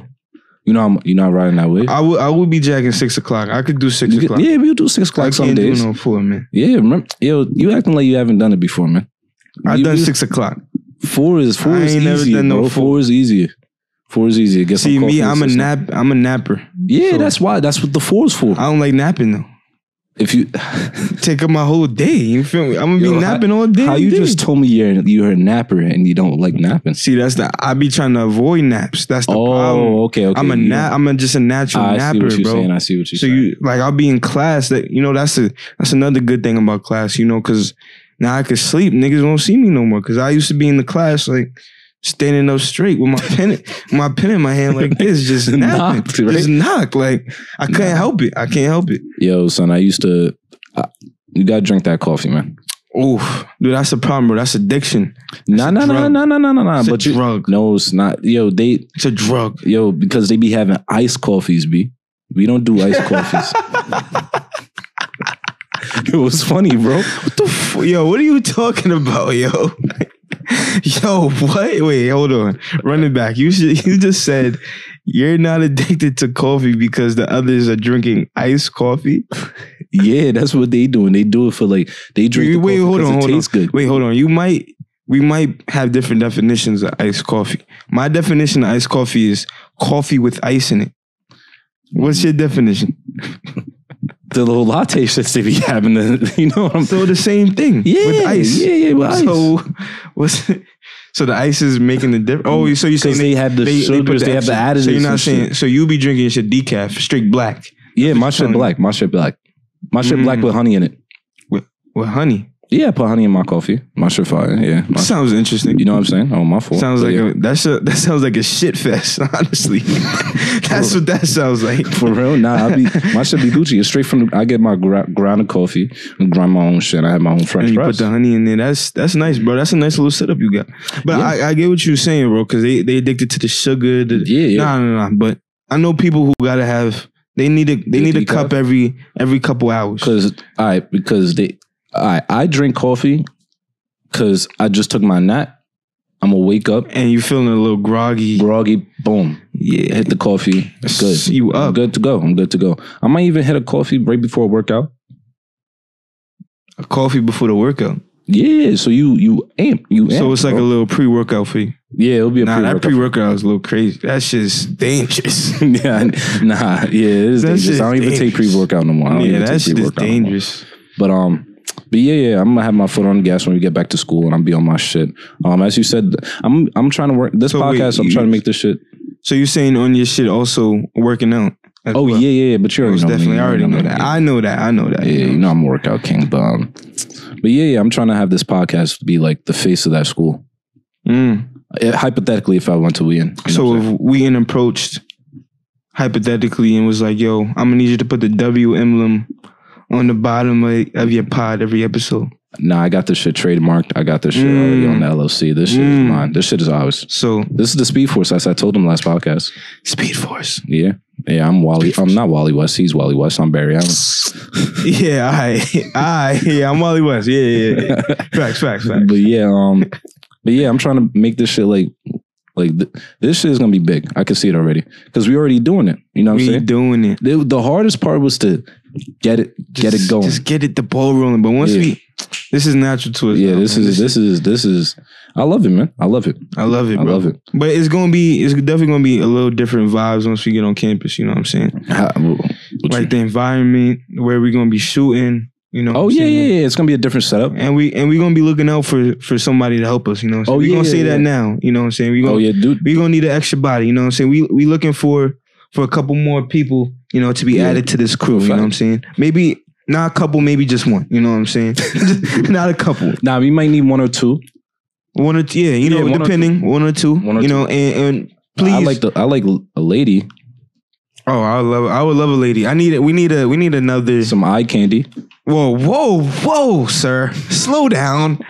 You know I'm you not riding that wave.
I would I would be jacking six o'clock. I could do six
You
o'clock.
could- yeah, we'll do six o'clock
I
some
can't do
days.
no four, man.
Yeah, remember, yo, you acting like you haven't done it before, man.
I've
You-
done
you-
six o'clock.
Four is four
I
is
ain't never
easier,
done no
bro.
four.
Four is easier. Four is easier. Get some
See
coffee
me,
in the
I'm a
system.
nap. I'm a napper.
Yeah,
so-
that's why. That's what the four is for.
I don't like napping though.
If you
Take up my whole day. You feel me? I'm gonna
Yo,
be
how-
napping all day.
how you
day.
just told me you're you're a napper and you don't like napping.
see that's the I be trying to avoid naps. That's the problem.
Oh, okay, okay.
I'm a
You
nap. I'm a, just a
don't-
natural
I see
napper,
what you're
bro.
saying. I see what you're
so
saying.
you like I'll be in class. That you know that's a that's another good thing about class. You know because now I could sleep. Niggas won't see me no more. Because I used to be in the class like standing up straight with my pen my pen in my hand like this, just napping,
Knocked, right?
just knocked. Like I couldn't
Nah.
help it. I can't help it.
yo, son, I used to. I, you gotta drink that coffee, man.
Oof, dude, that's a problem, bro. That's addiction.
Nah,
a
nah, nah,
drug.
nah, nah, nah, nah, nah.
It's
Ah, But
a
you,
drug.
No, it's not. Yo, they
It's a drug.
yo because they be having iced coffees. B, we don't do iced coffees. it was funny, bro.
What the f- yo? What are you talking about, yo? yo, what? Wait, hold on. Run it back. You should, you just said you're not addicted to coffee because the others are drinking iced coffee.
Yeah, that's what they doing. They do it for like they drink.
Wait,
the coffee
wait, hold
'cause
on,
It
hold
tastes
on.
good.
Wait, hold on. You might we might have different definitions of iced coffee. My definition of iced coffee is coffee with ice in it. What's your definition?
The little latte shits they be having. The, you know what I'm
So the same thing
Yeah,
with ice.
yeah, yeah, with ice.
So what's so the ice is making the difference? Oh, so you saying
Because they have the
put
sugars, they have the
extra-
additives.
So you're not
and shit.
saying so you be drinking your shit decaf, straight black.
yeah, my shit
telling me.
black, my shit black. My shit black
Mm.
with honey in it.
With honey.
Yeah, I put honey in my coffee. My shit fire. Yeah. My-
Sounds interesting.
you know what I'm saying? Oh, my fault.
Sounds
But
like
yeah.
a that shit, that sounds like a shit fest, honestly. That's what that sounds like.
For real? Nah, I be my shit be Gucci. It's straight from the, I get my gra- grounded coffee and grind my own shit. I have my own
And
French
you
press.
put the honey in there. That's that's nice, bro. That's a nice little setup you got. But
Yeah.
I, I get what you're saying, bro, because they, they addicted to the sugar. The,
yeah, yeah.
Nah, nah, nah. But I know people who gotta have they need a they
The
need a
decaf?
cup every every couple hours.
Because I because they I I drink coffee because I just took my nap. I'm gonna wake up
And you're feeling a little groggy.
groggy. Boom,
Yeah.
hit the coffee. Good,
You
I'm
up.
good to go. I'm good to go. I might even hit a coffee right before a workout.
A coffee before the workout.
Yeah, so you you amp you amp.
so it's like a little pre-workout for you.
yeah, it'll be a
Nah, that
pre
pre-workout is a little crazy. That shit's dangerous.
yeah, nah, yeah, it is
That
dangerous.
shit's
I don't even take
dangerous.
pre workout no more. I don't
yeah,
even
that
take
shit is
pre-workout no more.
dangerous.
But um, but yeah, yeah, I'm gonna have my foot on the gas when we get back to school, and I'm be on my shit. Um, as you said, I'm I'm trying to work this
So wait,
podcast. I'm
you-
trying to make this shit.
So you're saying on your shit also working out? as
Oh
well.
yeah, yeah, yeah. But you already know
Most
me,
definitely.
you
I already know that.
me.
I know that. I know that.
yeah, you know I'm a workout king, but um, but yeah, yeah, I'm trying to have this podcast be like the face of that school.
Mm.
Uh, hypothetically, if I went to Wien, you know
So
what I'm saying?
if Wheaton approached hypothetically and was like, "Yo, I'm gonna need you to put the W emblem on the bottom of, of your pod every episode."
nah, I got this shit trademarked. I got this shit already
Mm.
on the LLC. This shit
Mm.
is mine. This shit is ours.
So
This is the Speed Force, as I told him last podcast.
Speed Force.
Yeah, yeah. I'm Wally. I'm not Wally West. He's Wally West. I'm Barry Allen.
yeah, I, I, yeah, I'm Wally West. Yeah, yeah, yeah. facts, facts, facts.
but yeah, um, but yeah, I'm trying to make this shit like, like th- this shit is gonna be big. I can see it already because we already doing it. You know what I'm
We
saying?
doing it.
The, the hardest part was to get it, get it
Just-
going.
Just get it the ball rolling. But once
Yeah.
we, this is natural to us.
yeah,
now,
this
man.
is this is this is. I love it, man. I love it.
I love it,
I
bro.
love it.
But it's gonna be, it's definitely gonna be a little different vibes once we get on campus. You know what I'm saying?
How- what you-
like the environment where we're gonna be shooting. You know.
oh
what I'm
yeah,
saying?
yeah, yeah. It's gonna be a different setup.
And we and we gonna be looking out for for somebody to help us. You know. What
Oh,
I'm saying? we
yeah,
gonna say
yeah,
that
yeah.
now. You know what I'm saying? We gonna
Oh yeah, dude.
we gonna need an extra body. You know what I'm saying? We we looking for for a couple more people. You know to be
Yeah.
added to this crew. You know what I'm saying? Maybe not a couple, maybe just one. You know what I'm saying? not a couple.
Nah, we might need one or two.
One or two, yeah, you
Yeah,
know,
one or
depending one or two,
One or
you
two.
know, and, and please.
I like the I like a lady,
oh, I would love, I would love a lady. I need it. We need a, we need another.
some eye candy.
Whoa, whoa, whoa, sir. Slow down.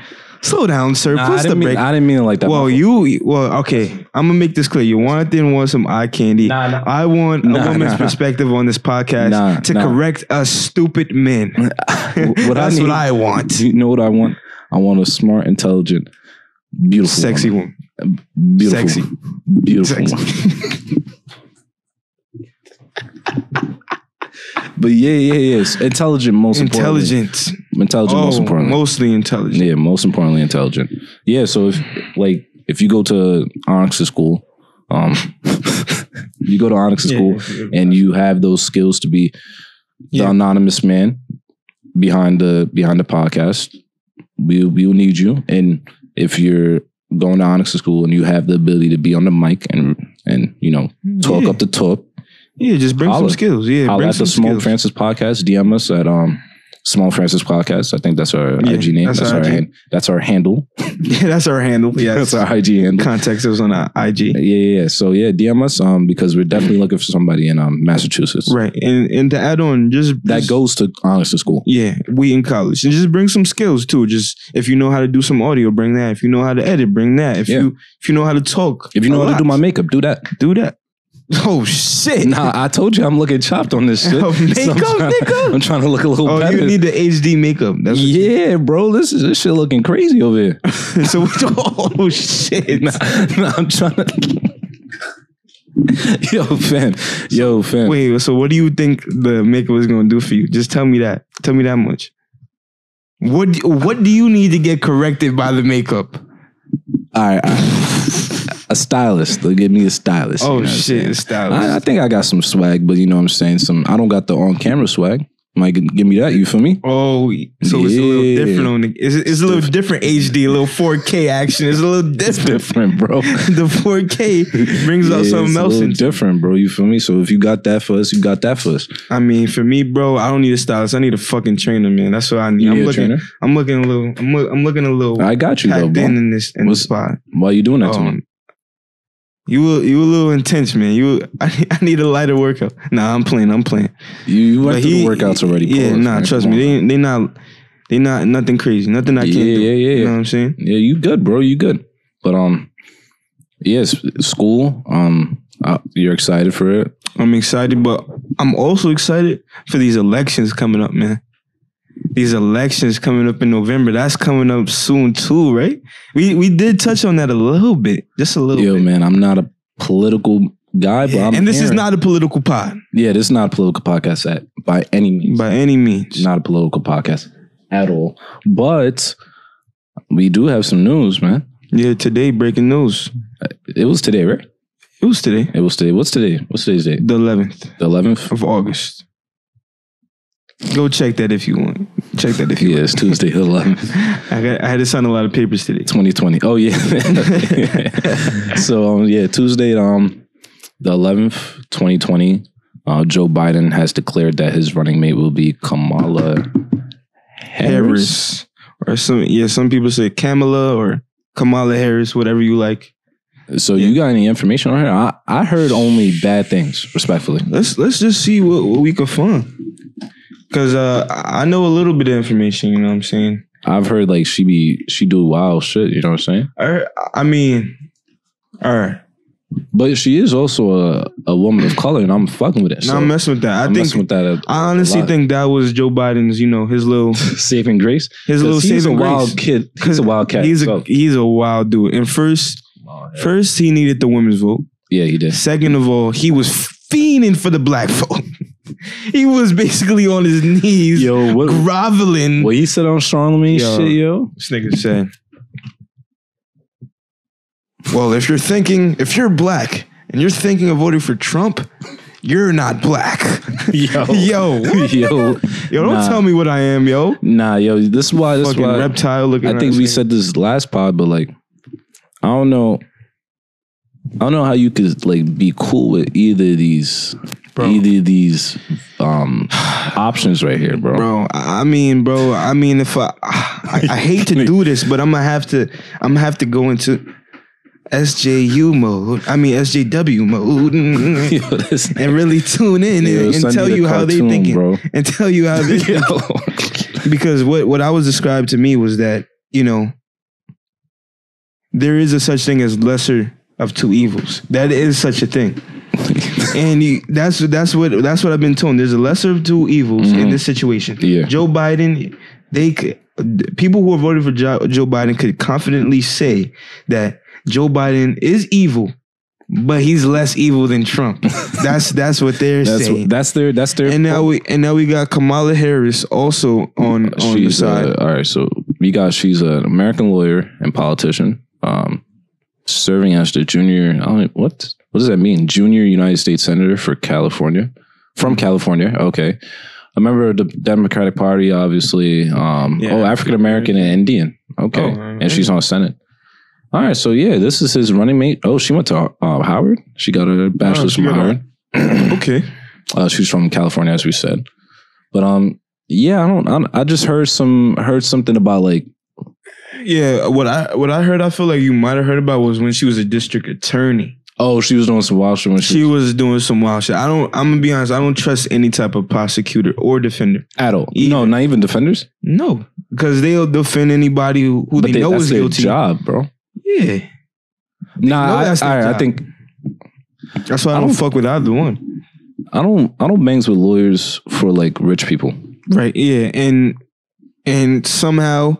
Slow down, sir.
Nah, I
Push the
didn't mean
brake.
I didn't mean it like that.
Well,
my fault.
you well, okay. I'm gonna make this clear. You want didn't want some eye candy.
Nah, nah.
I want
Nah,
a woman's
nah.
perspective on this podcast
Nah,
to
nah.
correct us stupid men.
what I
That's
need-
what I want.
You know what I want? I want a smart, intelligent, beautiful,
Sexy
woman.
woman.
beautiful,
sexy.
beautiful.
Sexy.
woman. But yeah, yeah, yeah. It's intelligent, most importantly.
Intelligent.
intelligent,
Oh,
most importantly.
mostly intelligent.
yeah, most importantly, intelligent. Yeah. So if like if you go to Onyx school, um, you go to Onyx school and you have those skills to be the
Yeah.
anonymous man behind the behind the podcast, we we'll need you. And if you're going to Onyx School and you have the ability to be on the mic and and you know talk
yeah.
up the talk,
Yeah, just bring
Holla.
some skills. Yeah,
I'll
bring
at
some
the Small
skills.
Francis podcast. DM us at um. Small Francis Podcast. I think that's our
Yeah,
IG name.
that's
That's,
our
our
IG.
hand, that's our handle.
yeah, that's our handle. Yeah,
That's our IG handle.
context. It was on our IG.
Yeah, yeah, yeah. So yeah, DM us um because we're definitely looking for somebody in um Massachusetts
Right, and and to add on, just
that
just-
goes to honest to school.
Yeah, we in college, and just bring some skills too. Just if you know how to do some audio, bring that. If you know how to edit, bring that. If
Yeah.
you if you know how to talk,
If you know
a
how to do
lot,
my makeup, do that.
do that. Oh shit!
Nah, I told you I'm looking chopped on this shit.
Oh, makeup,
I'm, trying,
nigga.
I'm trying to look a little
oh,
better.
you need the HD makeup. That's what you-
yeah, bro, this is this shit looking crazy over here.
so. we- Oh shit!
nah, nah, I'm trying to. yo, fam, yo, fam.
Wait, so what do you think the makeup is gonna do for you? Just tell me that. Tell me that much. What do- What do you need to get corrected by the makeup?
All right, all right. a stylist. They'll give me a stylist. you
Oh
know what I'm
shit!
saying?
Stylist.
I, I think I got some swag, but you know what I'm saying. Some I don't got the on camera swag. Might g- give me that. You feel me?
Oh, so it's a little
Yeah.
different on the. It's, it's a little different HD, a little 4K action. It's a little
It's different,
different.
bro.
the 4K brings
Yeah,
out something
it's a
else.
little
in
different, bro. You feel me? So if you got that for us, you got that for us.
I mean, for me, bro, I don't need a stylist. I need a fucking trainer, man. That's what I need.
You
I'm
need a
looking.
trainer?
I'm looking a little. I'm, look, I'm looking a little
I got you though,
packed
bro.
in in this in
What's-
this spot.
Why you doing that to me?
Um, you were you a little intense, man. You I, I need a lighter workout. Nah, I'm playing. I'm playing.
You, you
But
went through
he-
the workouts already.
Yeah,
pause,
nah,
man.
trust
Come
me.
on.
They they not they not nothing crazy. Nothing I can't
Yeah,
do.
yeah, yeah,
You
yeah.
know what I'm saying?
Yeah, you good, bro. You good. But um, yes, school. Um, uh, you're excited for it.
I'm excited, but I'm also excited for these elections coming up, man. These elections coming up in November. That's coming up soon too, right? We we did touch on that a little bit, just a little
Yo,
bit.
man, I'm not a political guy, but
Yeah,
I'm
and this is
hearing-
not a political pod
Yeah, this is not a political podcast at by any means.
by any means.
not a political podcast at all. But we do have some news, man.
Yeah, today breaking news.
It was today, right?
It was today,
It was today. What's today? What's today's date?
the 11th.
The 11th.
of August. Go check that if you want. Check that if you
Yeah, it's Tuesday, the 11th.
want. I, got, I had to sign a lot of papers today.
2020. Oh yeah. so um, yeah, Tuesday, um, the 11th, 2020, uh, Joe Biden has declared that his running mate will be Kamala Harris.
Harris. Or some yeah, some people say Kamala or Kamala Harris, whatever you like.
So you got any information on her? I, I heard only bad things, respectfully.
Let's let's just see what, what we can find. Cause uh, I I know a little bit of information, you know what I'm saying?
I've heard like she be she do wild shit, you know what I'm saying?
Or Er, I mean er, or
But she is also a, a woman of color, and I'm fucking with it.
not messing with that. I
I'm messing with
think
that. uh, a-
I honestly
lot.
think that was Joe Biden's, you know, his little
saving grace.
his
'Cause
little
he's a
saving grace.
wild kid. He's a wild cat.
He's a
so-
he's a wild dude. And first, first he needed the women's vote.
yeah, he did.
Second of all, he was fiending for the black vote. he was basically on his knees,
Yo, what
groveling.
what he said on Charlemagne
Yo.
shit, yo?
This nigga said, "Well, if you're thinking, if you're black and you're thinking of voting for Trump." You're not black.
Yo.
yo, what?
yo,
yo, don't
nah.
tell me what I am, yo.
Nah, yo, this is why. This is
Fucking
why.
reptile looking.
I think we said this last pod, but like, I don't know. I don't know how you could like be cool with either of these,
Bro.
either of these um options right here, bro.
bro. I I mean, bro. I mean, if I, I, I hate to do this, but I'm gonna have to, I'm gonna have to go into SJU mode. I mean, SJW mode,
Yo, this-
and really tune in
Yo,
and, and
send
tell
me the
you how they
cartoon,
thinking,
bro.
and tell you how they
Yo.
because what what I was described to me was that you know there is a such thing as lesser of two evils. That is such a thing. and you, that's that's what that's what I've been told. There's a lesser of two evils in this situation.
Mm-hmm. Yeah.
Joe Biden, they could, people who are voting for Joe, Joe Biden could confidently say that Joe Biden is evil, but he's less evil than Trump. that's that's what they're
That's
saying.
that's their that's their.
And now we and now we got Kamala Harris also on on the
Oh, she's
side.
uh, all right. So we got she's an American lawyer and politician, um, serving as the junior. I don't, what what does that mean? Junior United States Senator for California, from California. Okay, a member of the Democratic Party, obviously. Um,
Yeah.
oh, African American and Indian. Okay,
Oh,
and she's on Senate. All right, so yeah, this is his running mate. Oh, she went to uh, Howard. She got her bachelor's
Oh, she
from
got a-
Howard.
okay.
Uh, she's from California, as we said. But um, yeah, I don't. I, don't- I just heard some heard something about like
Yeah, what I what I heard, I feel like you might have heard about was when she was a district attorney.
oh she was doing some wild shit when she,
She was doing some wild shit. I don't. I'm gonna be honest. I don't trust any type of prosecutor or defender.
at all. No, not even defenders.
No, because they'll defend anybody who, who they,
they-
know
that's
is
their
guilty.
job, bro.
Yeah, know
Nah, I,
that's their
alright, I
job.
think
that's why I
I
don't,
don't-
fuck with either one.
I don't. I don't bangs with lawyers for like rich people.
Right. Yeah, and and somehow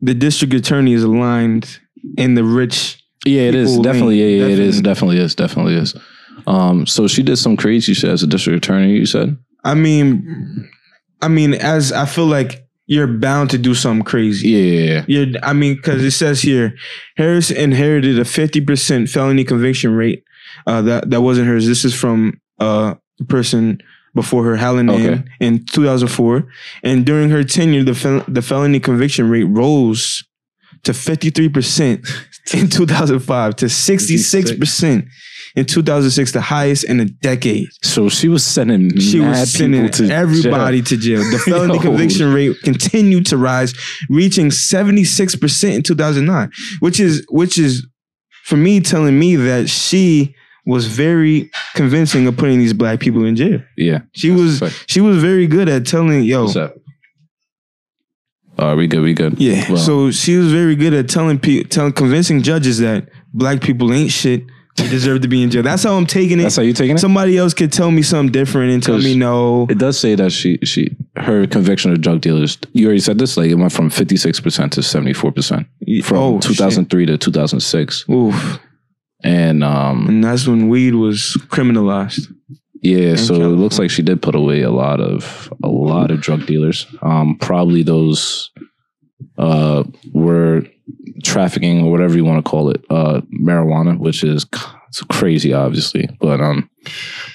the district attorney is aligned in the rich
Yeah, it is
People lane,
definitely. Yeah, yeah, it is definitely is definitely is. Um, so she did some crazy shit as a district attorney. You said
I mean, I mean, as I feel like you're bound to do something crazy.
yeah, yeah,
You're, I mean, because it says here, Harris inherited a 50% felony conviction rate. Uh, that that wasn't hers. This is from uh, a person before her Halland
Okay.
in 2004. And during her tenure, the, fel- the felony conviction rate rose to 53% in 2005 to 66% in 2006, the highest in a decade.
So she was sending
She
mad
was sending
people to
everybody to jail. The felony
Yo.
conviction rate continued to rise, reaching 76% in 2009, which is which is for me telling me that she was very convincing of putting these black people in jail.
Jail. Yeah.
She was
fact.
she was very good at telling yo
What's up? Are we good? We good?
yeah.
Well,
So she was very good at telling people telling convincing judges that black people ain't shit. They deserve to be in jail. That's how I'm taking it.
that's how you taking it.
Somebody else could tell me something different and tell
'Cause-
me no.
It does say that she she her conviction of drug dealers. You already said this. Like it went from fifty six percent to seventy four percent from
Oh, shit.
two thousand three to two thousand six.
Oof.
And um,
And that's when weed was criminalized.
yeah, so it
California.
looks like she did put away a lot of a lot of drug dealers. Um, probably those uh were trafficking or whatever you want to call it, uh, marijuana, which is c- it's crazy, obviously. But um,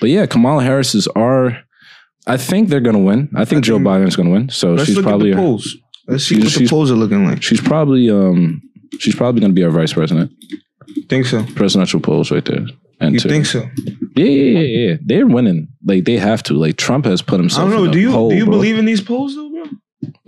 but yeah, Kamala Harris is our. I think they're gonna win. I think
I
Joe
think-
Biden's gonna win. So
Let's
she's
look
probably
at the polls. Let's see
she's-
what the
she's-
polls are looking like.
She's probably um she's probably gonna be our vice president.
Think so?
Presidential polls right there. And
You
two.
think so?
Yeah, yeah, yeah, yeah. They're winning. Like they have to. Like Trump has put
I
himself.
don't know.
in a
Do you
poll,
do you
bro.
believe in these polls though, bro?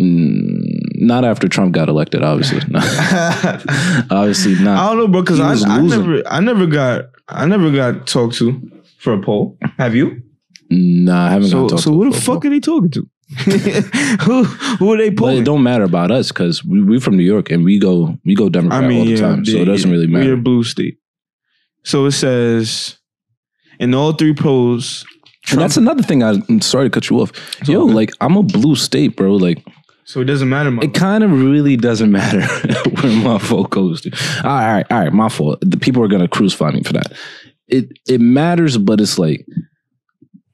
Mm, not after Trump got elected, obviously. No.
I
obviously not.
don't know, bro. Because
He was
I, I
losing.
never I never got I never got talked to for a poll. Have you?
nah, I haven't.
So
gotten talked
so
to
who the
before.
fuck are they talking to? who who are they
But
polling?
it don't matter about us because we, we're from New York and we go we go Democrat all the time, so it doesn't really
We're a
matter.
blue state. So it says in all three polls.
and that's another thing. I, am sorry to cut you off.
It's
Yo,
all good.
like I'm a blue state, bro. Like
So it doesn't matter. My
It kind of really doesn't matter where my fault goes to. All right, all right, all right, my fault. The people are gonna crucify me for that. It it matters, but it's like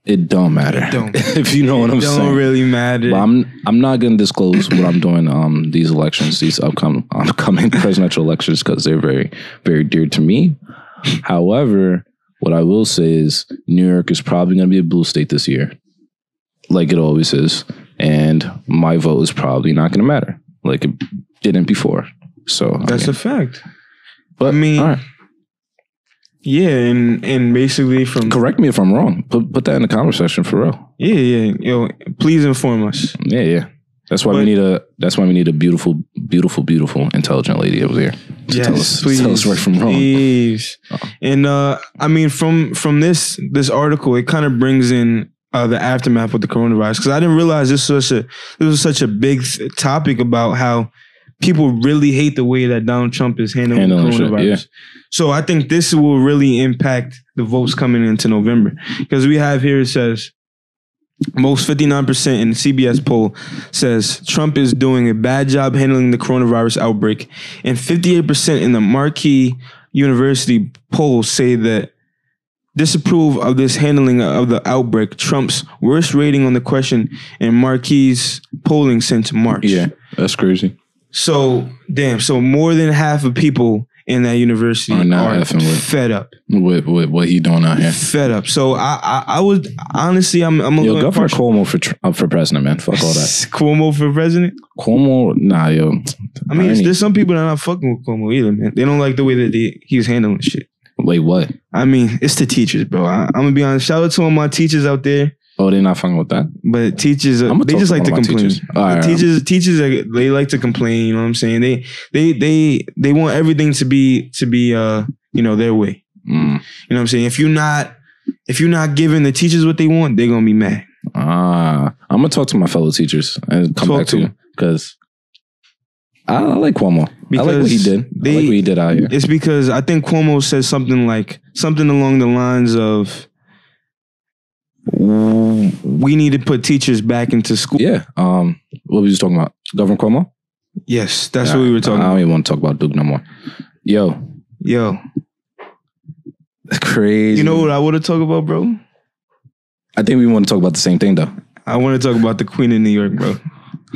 it don't matter.
It don't.
if you know what I'm
don't
saying.
really matter.
But I'm I'm not gonna disclose what I'm doing um these elections, these upcoming upcoming presidential elections because they're very very dear to me. However, what I will say is New York is probably gonna be a blue state this year, like it always is, and my vote is probably not gonna matter like it didn't before. So I
That's
mean,
a fact.
but,
I mean-
all right.
Yeah, and and basically from
correct me if I'm wrong. Put put that in the comment section for real.
yeah, yeah, yo, please inform us.
Yeah, yeah. That's why we
But-
need a. That's why we need a beautiful, beautiful, beautiful, intelligent lady over there to tell us to tell us right from wrong. Oh.
Please.
Uh-oh.
And uh, I mean, from from this this article, it kind of brings in uh, the aftermath with the coronavirus because I didn't realize this was such a this was such a big th- topic about how people really hate the way that Donald Trump is handling,
Handling shit,
coronavirus.
yeah.
So I think this will really impact the votes coming into November because we have here it says. Most 59% in the CBS poll says Trump is doing a bad job handling the coronavirus outbreak. And 58% in the marquee university polls say that disapprove of this handling of the outbreak. Trump's worst rating on the question in marquee's polling since March.
Yeah, that's crazy.
So, damn. So, more than half of people in that university
Are
are,
not effing with-
fed up.
With, with what he doing out here?
Fed up. So, I, I, I would honestly, I'm, I'm a
Yo,
little
Governor
impartial.
Cuomo for tr- up for president, man. Fuck all that.
Cuomo for president.
Cuomo, nah, yo.
I mean,
Bernie.
there's some people that are not fucking with Cuomo either, man. They don't like the way that they, he's handling shit.
Wait, what?
I mean, it's the teachers, bro. I, I'm gonna be honest. Shout out to all my teachers out there,
Oh, they not fucking with that.
but teachers, uh,
I'ma
they
talk
just
to one
like
of
to
my
complain.
teachers. um, All right,
teachers, teachers, are, they like to complain. You know what I'm saying? They, they, they, they want everything to be to be, uh, you know, their way.
Mm.
You know what I'm saying? If you're not, if you're not giving the teachers what they want, they're gonna be mad.
Ah, I'm gonna talk to my fellow teachers and come
Talk
back
to
to you
them.
because I, I like Cuomo. I like what he
Because
did. I
they-
like what he did out here.
It's because I think Cuomo says something like something along the lines of, "We need to put teachers back into school."
Yeah. Um, what were you talking about? Governor Cuomo.
Yes, that's
Yeah,
what we were talking.
I
about.
don't even want to talk about Duke no more. Yo,
Yo,
crazy.
you know what I want to talk about, bro?
I think we want to talk about the same thing though.
I want to talk about the Queen of New York, bro.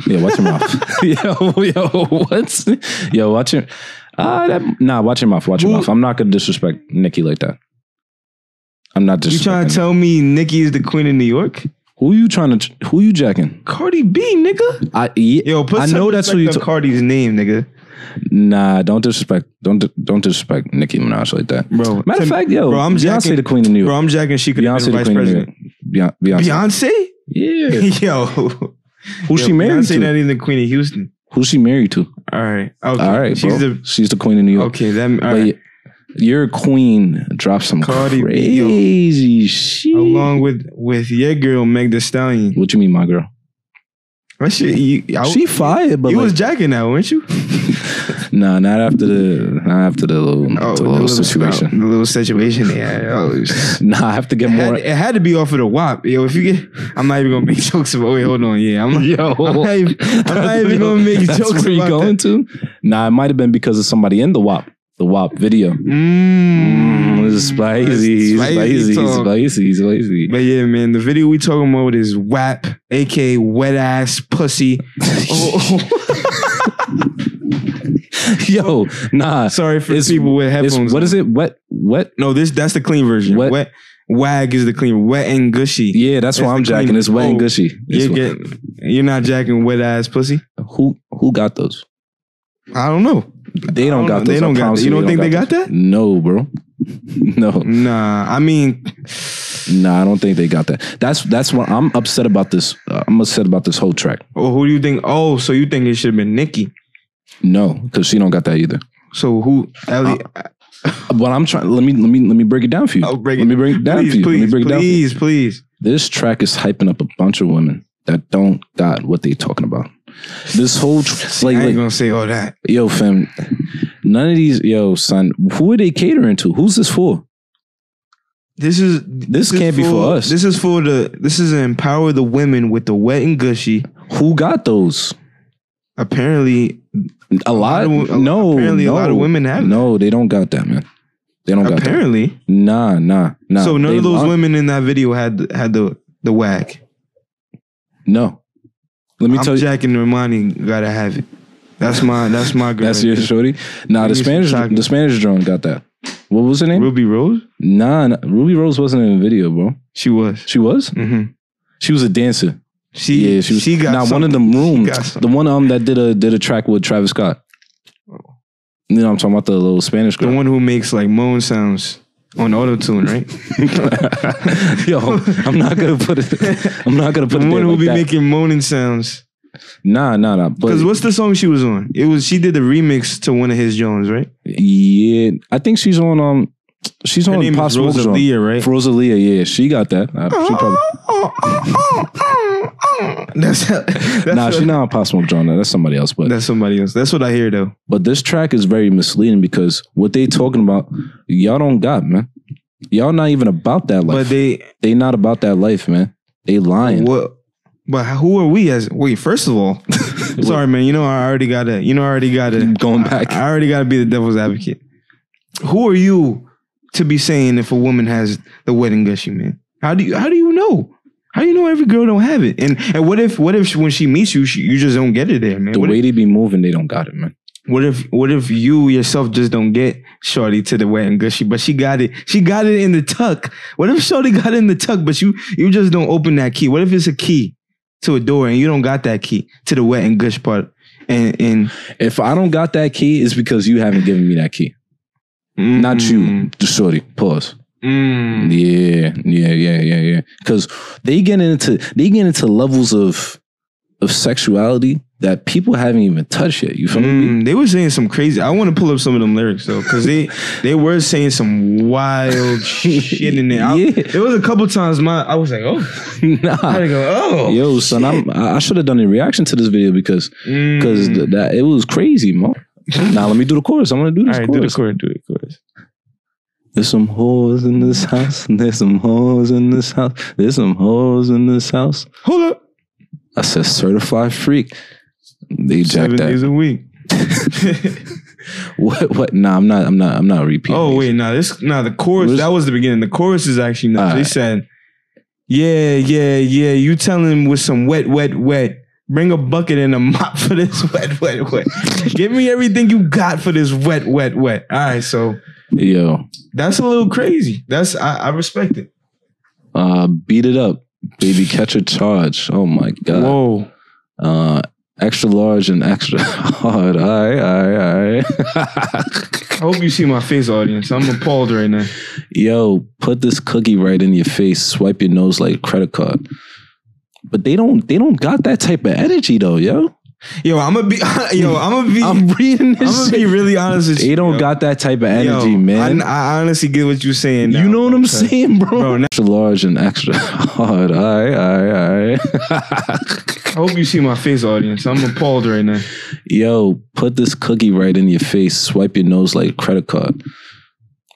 Yeah, watch your mouth. yo, yo, what's yo? Watch your ah, that, nah, watch your mouth. Watch your
Who-
mouth. I'm not gonna disrespect Nikki like that. I'm not
You
disrespecting.
trying to tell me Nikki is the Queen of New York?
Who you trying to? Who you jacking?
Cardi B, nigga.
I yeah,
Yo, put
I know that's what you.
took
T-
Cardi's name, nigga.
nah, don't disrespect. Don't don't disrespect Nicki Minaj like that.
Bro,
Matter of
Tim-
fact, yo,
bro, I'm
Beyonce
jacking-
the queen of New
Bro,
York.
I'm jacking. She could have
Beyonce
been
the
vice
queen of New York. Beyonce.
president.
Beyonce.
Beyonce?
Yeah.
Yo,
Who she married
Beyonce
to?
not even the queen of Houston.
Who she married to?
All right, okay.
All right,
she's
bro.
the
She's the queen of New York.
okay. That all
But
right.
your queen dropped some
Cardi B, yo.
crazy shit.
along with with your girl Meg The Stallion.
What you mean, my girl?
That shit, you, I,
she fired, but
you
like,
was jacking that, weren't you?
nah, not after the not after the
Oh,
little, the little
The,
situation.
little situation. Yeah. Oh, it was-
Nah, I have to get
It had,
more.
it had to be off of the WAP. Yo, if you get, I'm not even gonna make jokes about. Wait, hold on. Yeah, I'm.
Yo,
I'm not even, I'm not even gonna make
That's
jokes
where you
about
going
that.
to? Nah, it might have been because of somebody in the WAP, the WAP video. Mm,
Mm,
it's spicy,
Spicy
spicy,
talk.
spicy, spicy.
But yeah, man, the video we talking about is WAP, aka wet ass pussy. Oh,
Yo, nah.
sorry for
It's-
people with
It's,
headphones.
what
on.
is it? What? What?
No, this that's the clean version.
Wet-
Wet wag is the clean. Wet and gushy.
Yeah, that's
It's
why I'm
the cream.
jacking. It's wet and
Oh,
gushy. It's
You're,
wet.
getting, you're not jacking wet ass pussy.
Who who got those?
I don't know.
They
I
don't,
don't know.
got those.
They
I
don't got
promise
that. You don't think they got
those.
that?
No, bro. no,
Nah, I mean,
nah, I don't think they got that. That's that's what I'm upset about this. Uh, I'm upset about this whole track.
oh, who do you think? Oh, so you think it should have been Nicki?
No, because she don't got that either.
So who? Ellie,
But I'm trying. Let me let me let me break it down for you.
I'll oh, break
let
it-
me break it down
please,
for you. let me
please,
break it down. For you.
please, please.
This track is hyping up a bunch of women that don't got what they talking about. This whole tr- like,
I ain't
like
gonna say all that.
Yo, fam, none of these, yo, son, who are they catering to? Who's this for?
This is
This can't be for us.
This is for the. This is to empower the women with the wet and gushy.
Who got those?
Apparently,
A lot?
lot of-
no.
apparently a
no.
lot of women have
No, they don't got that, man. They don't got that.
apparently.
Nah, nah, nah.
so none
They
of those
want-
women in that video had had the the whack.
No. Let me
I'm
tell you.
Jack and Normani gotta have it. That's my that's my girl.
That's your shorty. Nah, the
Give me some
Spanish,
chocolate.
the Spanish drone got that. What was her name?
Ruby Rose.
nah, nah, Ruby Rose wasn't in the video, bro.
She was.
She was.
hmm
She was a dancer.
She
yeah, Mm-hmm. she was.
got
now
some-
one of them
She
rooms,
got some.
the one um that did a did a track with Travis Scott. You know, what I'm talking about the little Spanish
The
girl.
one who makes like moan sounds on auto tune, right?
Yo, I'm not gonna put it. I'm not gonna
The
put it
one
there
who
like
be
that.
making moaning sounds.
nah, nah, nah.
Because
But
what's the song she was on? It was she did the remix to one of his Jones, right?
yeah, I think she's on um, she's
Her
on
name is
Possible
Rosalia, right? Oh,
Rosalia, yeah, she got that. Uh, she probably,
that's that's,
nah, she's not on Possible John. That's somebody else. But
that's somebody else. That's what I hear though.
But this track is very misleading because what they talking about, y'all don't got, man. Y'all not even about that life.
But they
they not about that life, man. They lying.
what? But who are we as? Wait, first of all, sorry man. You know I already gotta. You know I already gotta.
Going back.
I, I already gotta be the devil's advocate. Who are you to be saying if a woman has the wedding gushy man? How do you? How do you know? How do you know every girl don't have it? And and what if what if she- when she meets you, she, you just don't get it there, man?
the
What if-
way they be moving, they don't got it, man.
What if what if you yourself just don't get Shorty to the wet and gushy, but she got it. She got it in the tuck. What if Shorty got it in the tuck, but you you just don't open that key? What if it's a key to a door and you don't got that key to the wet and gush part? And and
If I don't got that key, it's because you haven't given me that key. Not
Mm-hmm.
you, the shorty. Pause.
Mm.
Yeah, yeah, yeah, yeah, yeah. Because they get into they get into levels of of sexuality that people haven't even touched yet. You feel me?
Mm, they were saying some crazy. I want to pull up some of them lyrics though, because they they were saying some wild shit in there. I-
Yeah.
There was a couple times my I was like, oh, I had
nah.
to go, oh,
Yo, son, I'm, I should have done a reaction to this video because because
Mm.
that it was crazy, man. now let me do the chorus. I'm gonna do
all
this
right, do the
chorus.
chorus, do the chorus.
There's some hoes in this house. There's some hoes in this house. There's some hoes in this house.
Hold up.
I said certified freak. They jacked
Seven days
that.
a week.
What? What? Nah, I'm not. I'm not. I'm not repeating.
oh
these.
wait, no, this no the chorus
Where's-
that was the beginning. The chorus is actually not. They
Alright.
said, "Yeah, yeah, yeah." You tell him with some wet, wet, wet. Bring a bucket and a mop for this wet, wet, wet. Give me everything you got for this wet, wet, wet. All right, so
Yo,
that's a little crazy. That's I, I respect it.
uh, beat it up. Baby catcher charge. Oh my god.
Whoa.
Uh, extra large and extra hard. All right, all right, all
I
right.
hope you see my face, audience. I'm appalled right now.
Yo, put this cookie right in your face. Swipe your nose like a credit card. But they don't. They don't got that type of energy though, yo.
Yo, I'm gonna be. Yo, I'm gonna be. I'm,
I'm reading this.
gonna
shit.
be really honest with you.
They don't
yo.
got that type of
Yo,
energy,
I-
man.
I, honestly get what you're saying. now,
you know what I'm
okay.
saying, bro?
Bro, now-
extra large and extra hard. All right, all right, all right.
I hope you see my face, audience. I'm appalled right now.
yo, put this cookie right in your face, swipe your nose like a credit card.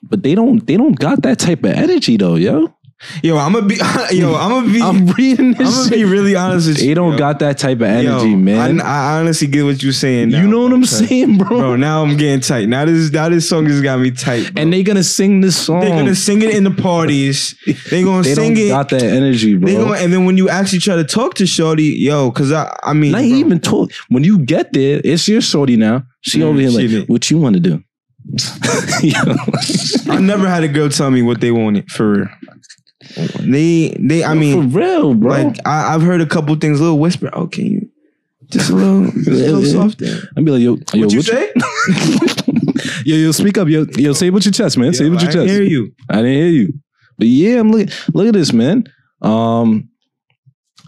But they don't they don't got that type of energy though, yo.
Yo, I'm gonna be. Yo, I'm gonna be. I'm,
I'm reading this
gonna
shit.
be really honest with you.
They don't
yo.
got that type of
Yo,
energy, man.
I, I honestly get what you're saying. Now,
you know what I'm
okay.
saying, bro?
bro. Now I'm getting tight. Now this now this song just got me tight. bro.
and they gonna sing this song.
they're gonna sing it in the parties. They're gonna
They
sing
don't
it.
got that energy, bro.
They gonna, and then when you actually try to talk to Shorty, yo, cause I I mean
Not
bro,
even talk. When you get there, it's your shorty now. She
Mm,
over here
she
like,
did.
what you want to do? Yo.
I never had a girl tell me what they wanted for real. They they I mean
for real, bro.
like I, I've heard a couple things, little whisper. Oh, can you just a little, just a little soft there.
I'd be like, yo, yo,
What you
what you-
say?
yo, yo, speak up, yo, yo, say what you chest, man. say
Yo,
what you
I didn't
chest.
hear you.
I didn't hear you, but yeah, I'm looking. Look at this, man. Um,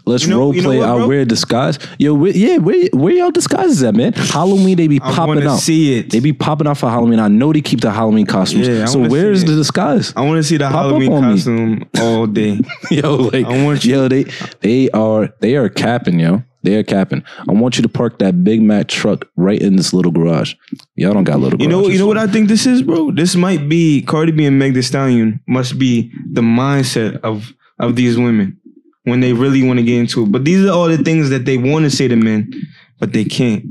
let's
You know-
role
you know
play
what,
our
bro?
weird disguise. Yo, where, yeah, where where y'all disguises at, man? Halloween they be
I want
popping
to
out.
see it.
they be popping out for Halloween. I know they keep the Halloween costumes.
Yeah, I
so
wanna
where is
see it.
the disguise?
I want to see the
Pop up
Halloween
on me.
costume all day.
yo, like,
I want you-
yo, they they are they are capping, yo. They are capping. I want you to park that Big Mac truck right in this little garage. Y'all don't got little
You know,
garages.
you know what I think this is, bro. This might be Cardi B and Meg Thee Stallion must be the mindset of of these women when they really want to get into it. But these are all the things that they want to say to men, but they can't.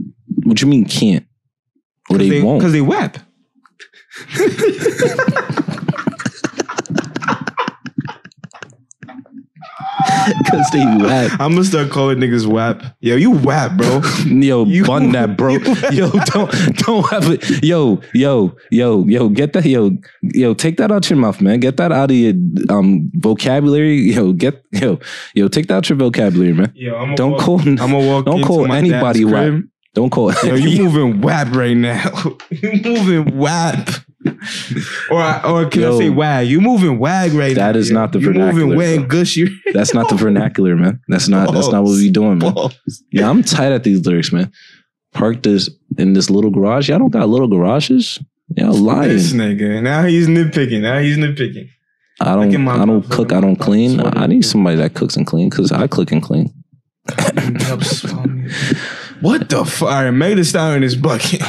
What you mean can't? Or they, won't.
because they whap.
Because they whack.
I'm gonna start calling niggas whap. Yo, you whap, bro.
Yo,
You-
bun that, bro. yo, don't don't have it. Yo, yo, yo, yo, get that. Yo, yo, take that out your mouth, man. Get that out of your um vocabulary. Yo, get yo, yo, take that out your vocabulary, man.
Yo, I'm a
Don't
walk-
call.
I'm gonna walk.
Don't
into
call
my dad's
anybody whap.
crib.
Don't call.
Yo, you moving whap right now. you moving whap. Or I- or can
Yo.
I say wag? You moving wag right now.
That is
yo.
not the
you
vernacular,
moving wag
bro.
gushy.
That's not the vernacular, man. That's not. That's not what we doing, man. Yeah, I'm tight at these lyrics, man. Park this in this little garage. Y'all don't got little garages. Y'all lying.
This nigga. Now he's nitpicking. Now he's nitpicking.
I
Look at
don't.
my
I don't
mouth, look
cook.
at
I
my
don't
mouth.
clean.
Sweaty.
I need somebody that cooks and clean because I cook and clean.
what the fuck? All right, Meg Thee Stallion is bucket.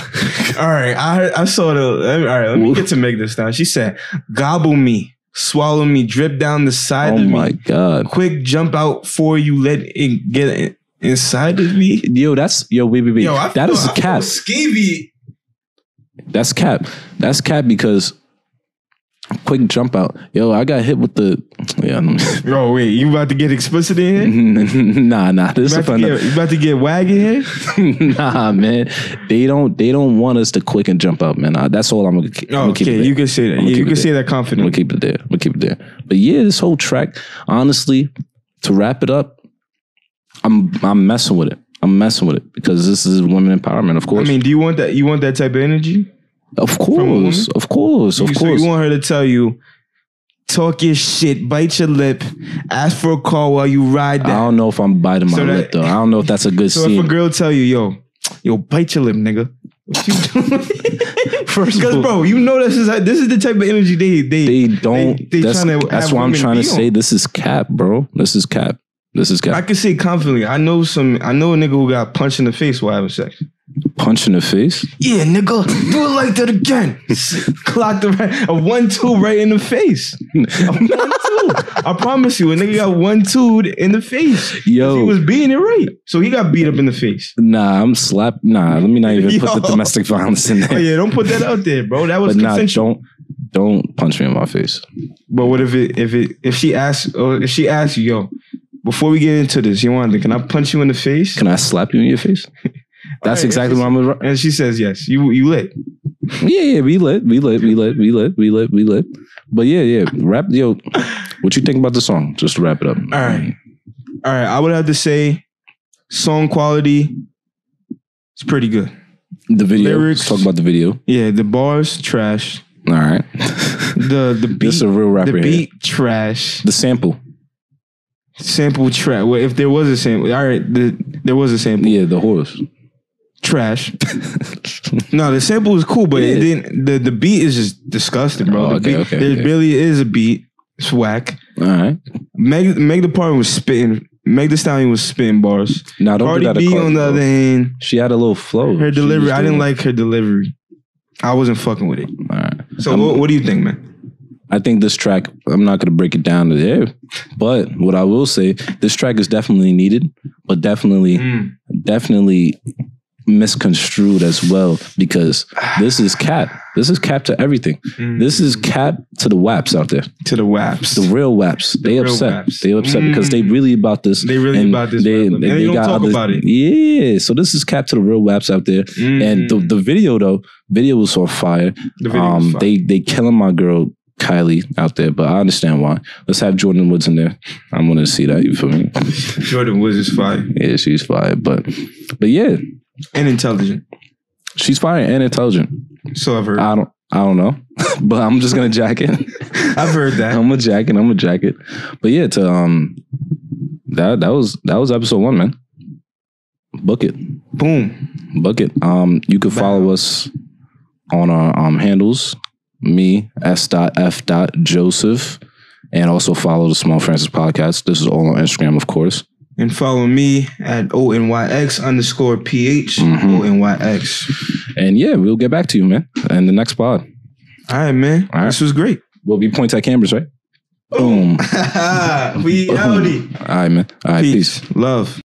all right, I I saw the. All right, let me get to Meg Thee Stallion. She said, "Gobble me, swallow me, drip down the side
Oh
of
my
me,
god,
quick jump out for you, let it get in- inside of me."
yo, that's yo, wait, wait, wait. that is cap.
Skeevy.
That's cap. That's cap because quick jump out. Yo, I got hit with the. Yeah, I
Yo, wait, you about to get explicit in here?
don't- nah, nah. This
You
is
about, to
fun.
get, you about to get wag in here?
nah, man. They don't. They don't want us to quick and jump out, man. I, that's all I'm gonna. keep- I'm
Oh,
gonna keep it
okay,
there.
you can say that.
I'ma
Yeah,
keep
you
it
can
there.
say that
I'm gonna
confidently.
keep it there. I'm gonna keep it there. But yeah, this whole track, honestly, to wrap it up, I'm I'm messing with it. I'm messing with it because this is women empowerment, of
I
course.
mean, do you want that? You want that type of energy?
of
a woman?
course, of course, of
you, so
course.
you want her to tell you, talk your shit, bite your lip, ask for a call while you ride
I
that.
don't know if I'm biting my
So that-
lip though. I don't know if that's a good
So if
scene.
a girl tell you, yo, yo, bite your lip, nigga. What you doing?
First of
Because
all-
bro, you know this is this is the type of energy they they,
they don't.
they
that's
tryna
that's
have
why I'm
women
trying to
be on.
say this is cap, bro. This is cap. This is
I
cap.
can say confidently. I know some. I know a nigga who got punched in the face while having sex.
Punch in the face.
Yeah, nigga, do it like that again. Clocked the right, a one two right in the face. A one two. I promise you, a nigga got one two in the face.
Yo.
he was beating it right, so he got beat up in the face.
Nah, I'm slap. Nah, let me not even put the
Yo.
domestic violence in there.
Oh yeah, don't put that out there, bro. That was
But nah,
consensual.
don't don't punch me in my face.
but what if it if it if she asks or if she asks you, yo, before we get into this, you want can I punch you in the face?
Can I slap you in your face? That's
Alright,
exactly what I'm. Gonna,
And she says yes. You you lit.
yeah, yeah, we lit, we lit, we lit, we lit, we lit, we lit. But yeah, yeah, wrap. Yo, what you think about the song? Just to wrap it up.
All right. All right, I would have to say song quality is pretty good.
The video.
Lyrics.
Let's talk about the video.
Yeah, the bars trash.
All right.
The the
this
beat
is a real rapper.
the
here.
beat trash.
The sample.
Sample trash. Well, if there was a sample, all right, the, there was a sample.
Yeah, the horse.
Trash. No, the sample was cool, but it
Yeah.
didn't. The, the beat is just disgusting, bro.
Oh,
The
okay,
beat-
okay,
there
okay.
really is a beat. It's whack.
All right.
Meg Meg the Parton was spitting. Meg the Stallion was spitting bars.
Now don't
Cardi
do that. to
B
Cardi,
on the
bro.
other hand,
She had a little flow.
her
She
delivery.
was
I didn't
doing-
like her delivery. I wasn't fucking with it. Um,
All right.
So
I'm-
what, what do you think, man?
I think this track, I'm not going to break it down to there, but what I will say, this track is definitely needed, but definitely,
Mm,
definitely misconstrued as well because this is cap. This is cap to everything.
mm.
This is cap to the waps out there,
to the waps.
the real waps. they
real
upset.
waps.
They upset because they
Mm.
really about this.
They really about this rap, and they don't talk about it.
Yeah. So this is cap to the real waps out there.
Mm.
And the, the video though, video was on fire.
The video was
Um,
fire.
they they killing my girl Kylie out there, but I understand why. Let's have Jordan Woods in there. I'm gonna see that. You feel me?
Jordan Woods is fire
Yeah, she's fire, but but yeah,
and intelligent.
she's fire and intelligent.
So I've heard.
I don't I don't know, but I'm just gonna jack it.
I've heard that.
I'm a jacket. I'm a jacket. But yeah, to um, that that was that was episode one, man. Book it.
Boom.
Bucket. Um, you can follow us on our um, handles, me, S. dot F. dot Joseph, and also follow the Small Francis podcast. This is all on Instagram, of course.
And follow me at O N Y X underscore P H
Mhm.
O N Y X.
And yeah, we'll get back to you, man. And the next pod
All right, man.
All right.
This was great.
will be points at cameras, right? Boom.
we
Boom. All
outie.
right, man. All right, peace.
Love.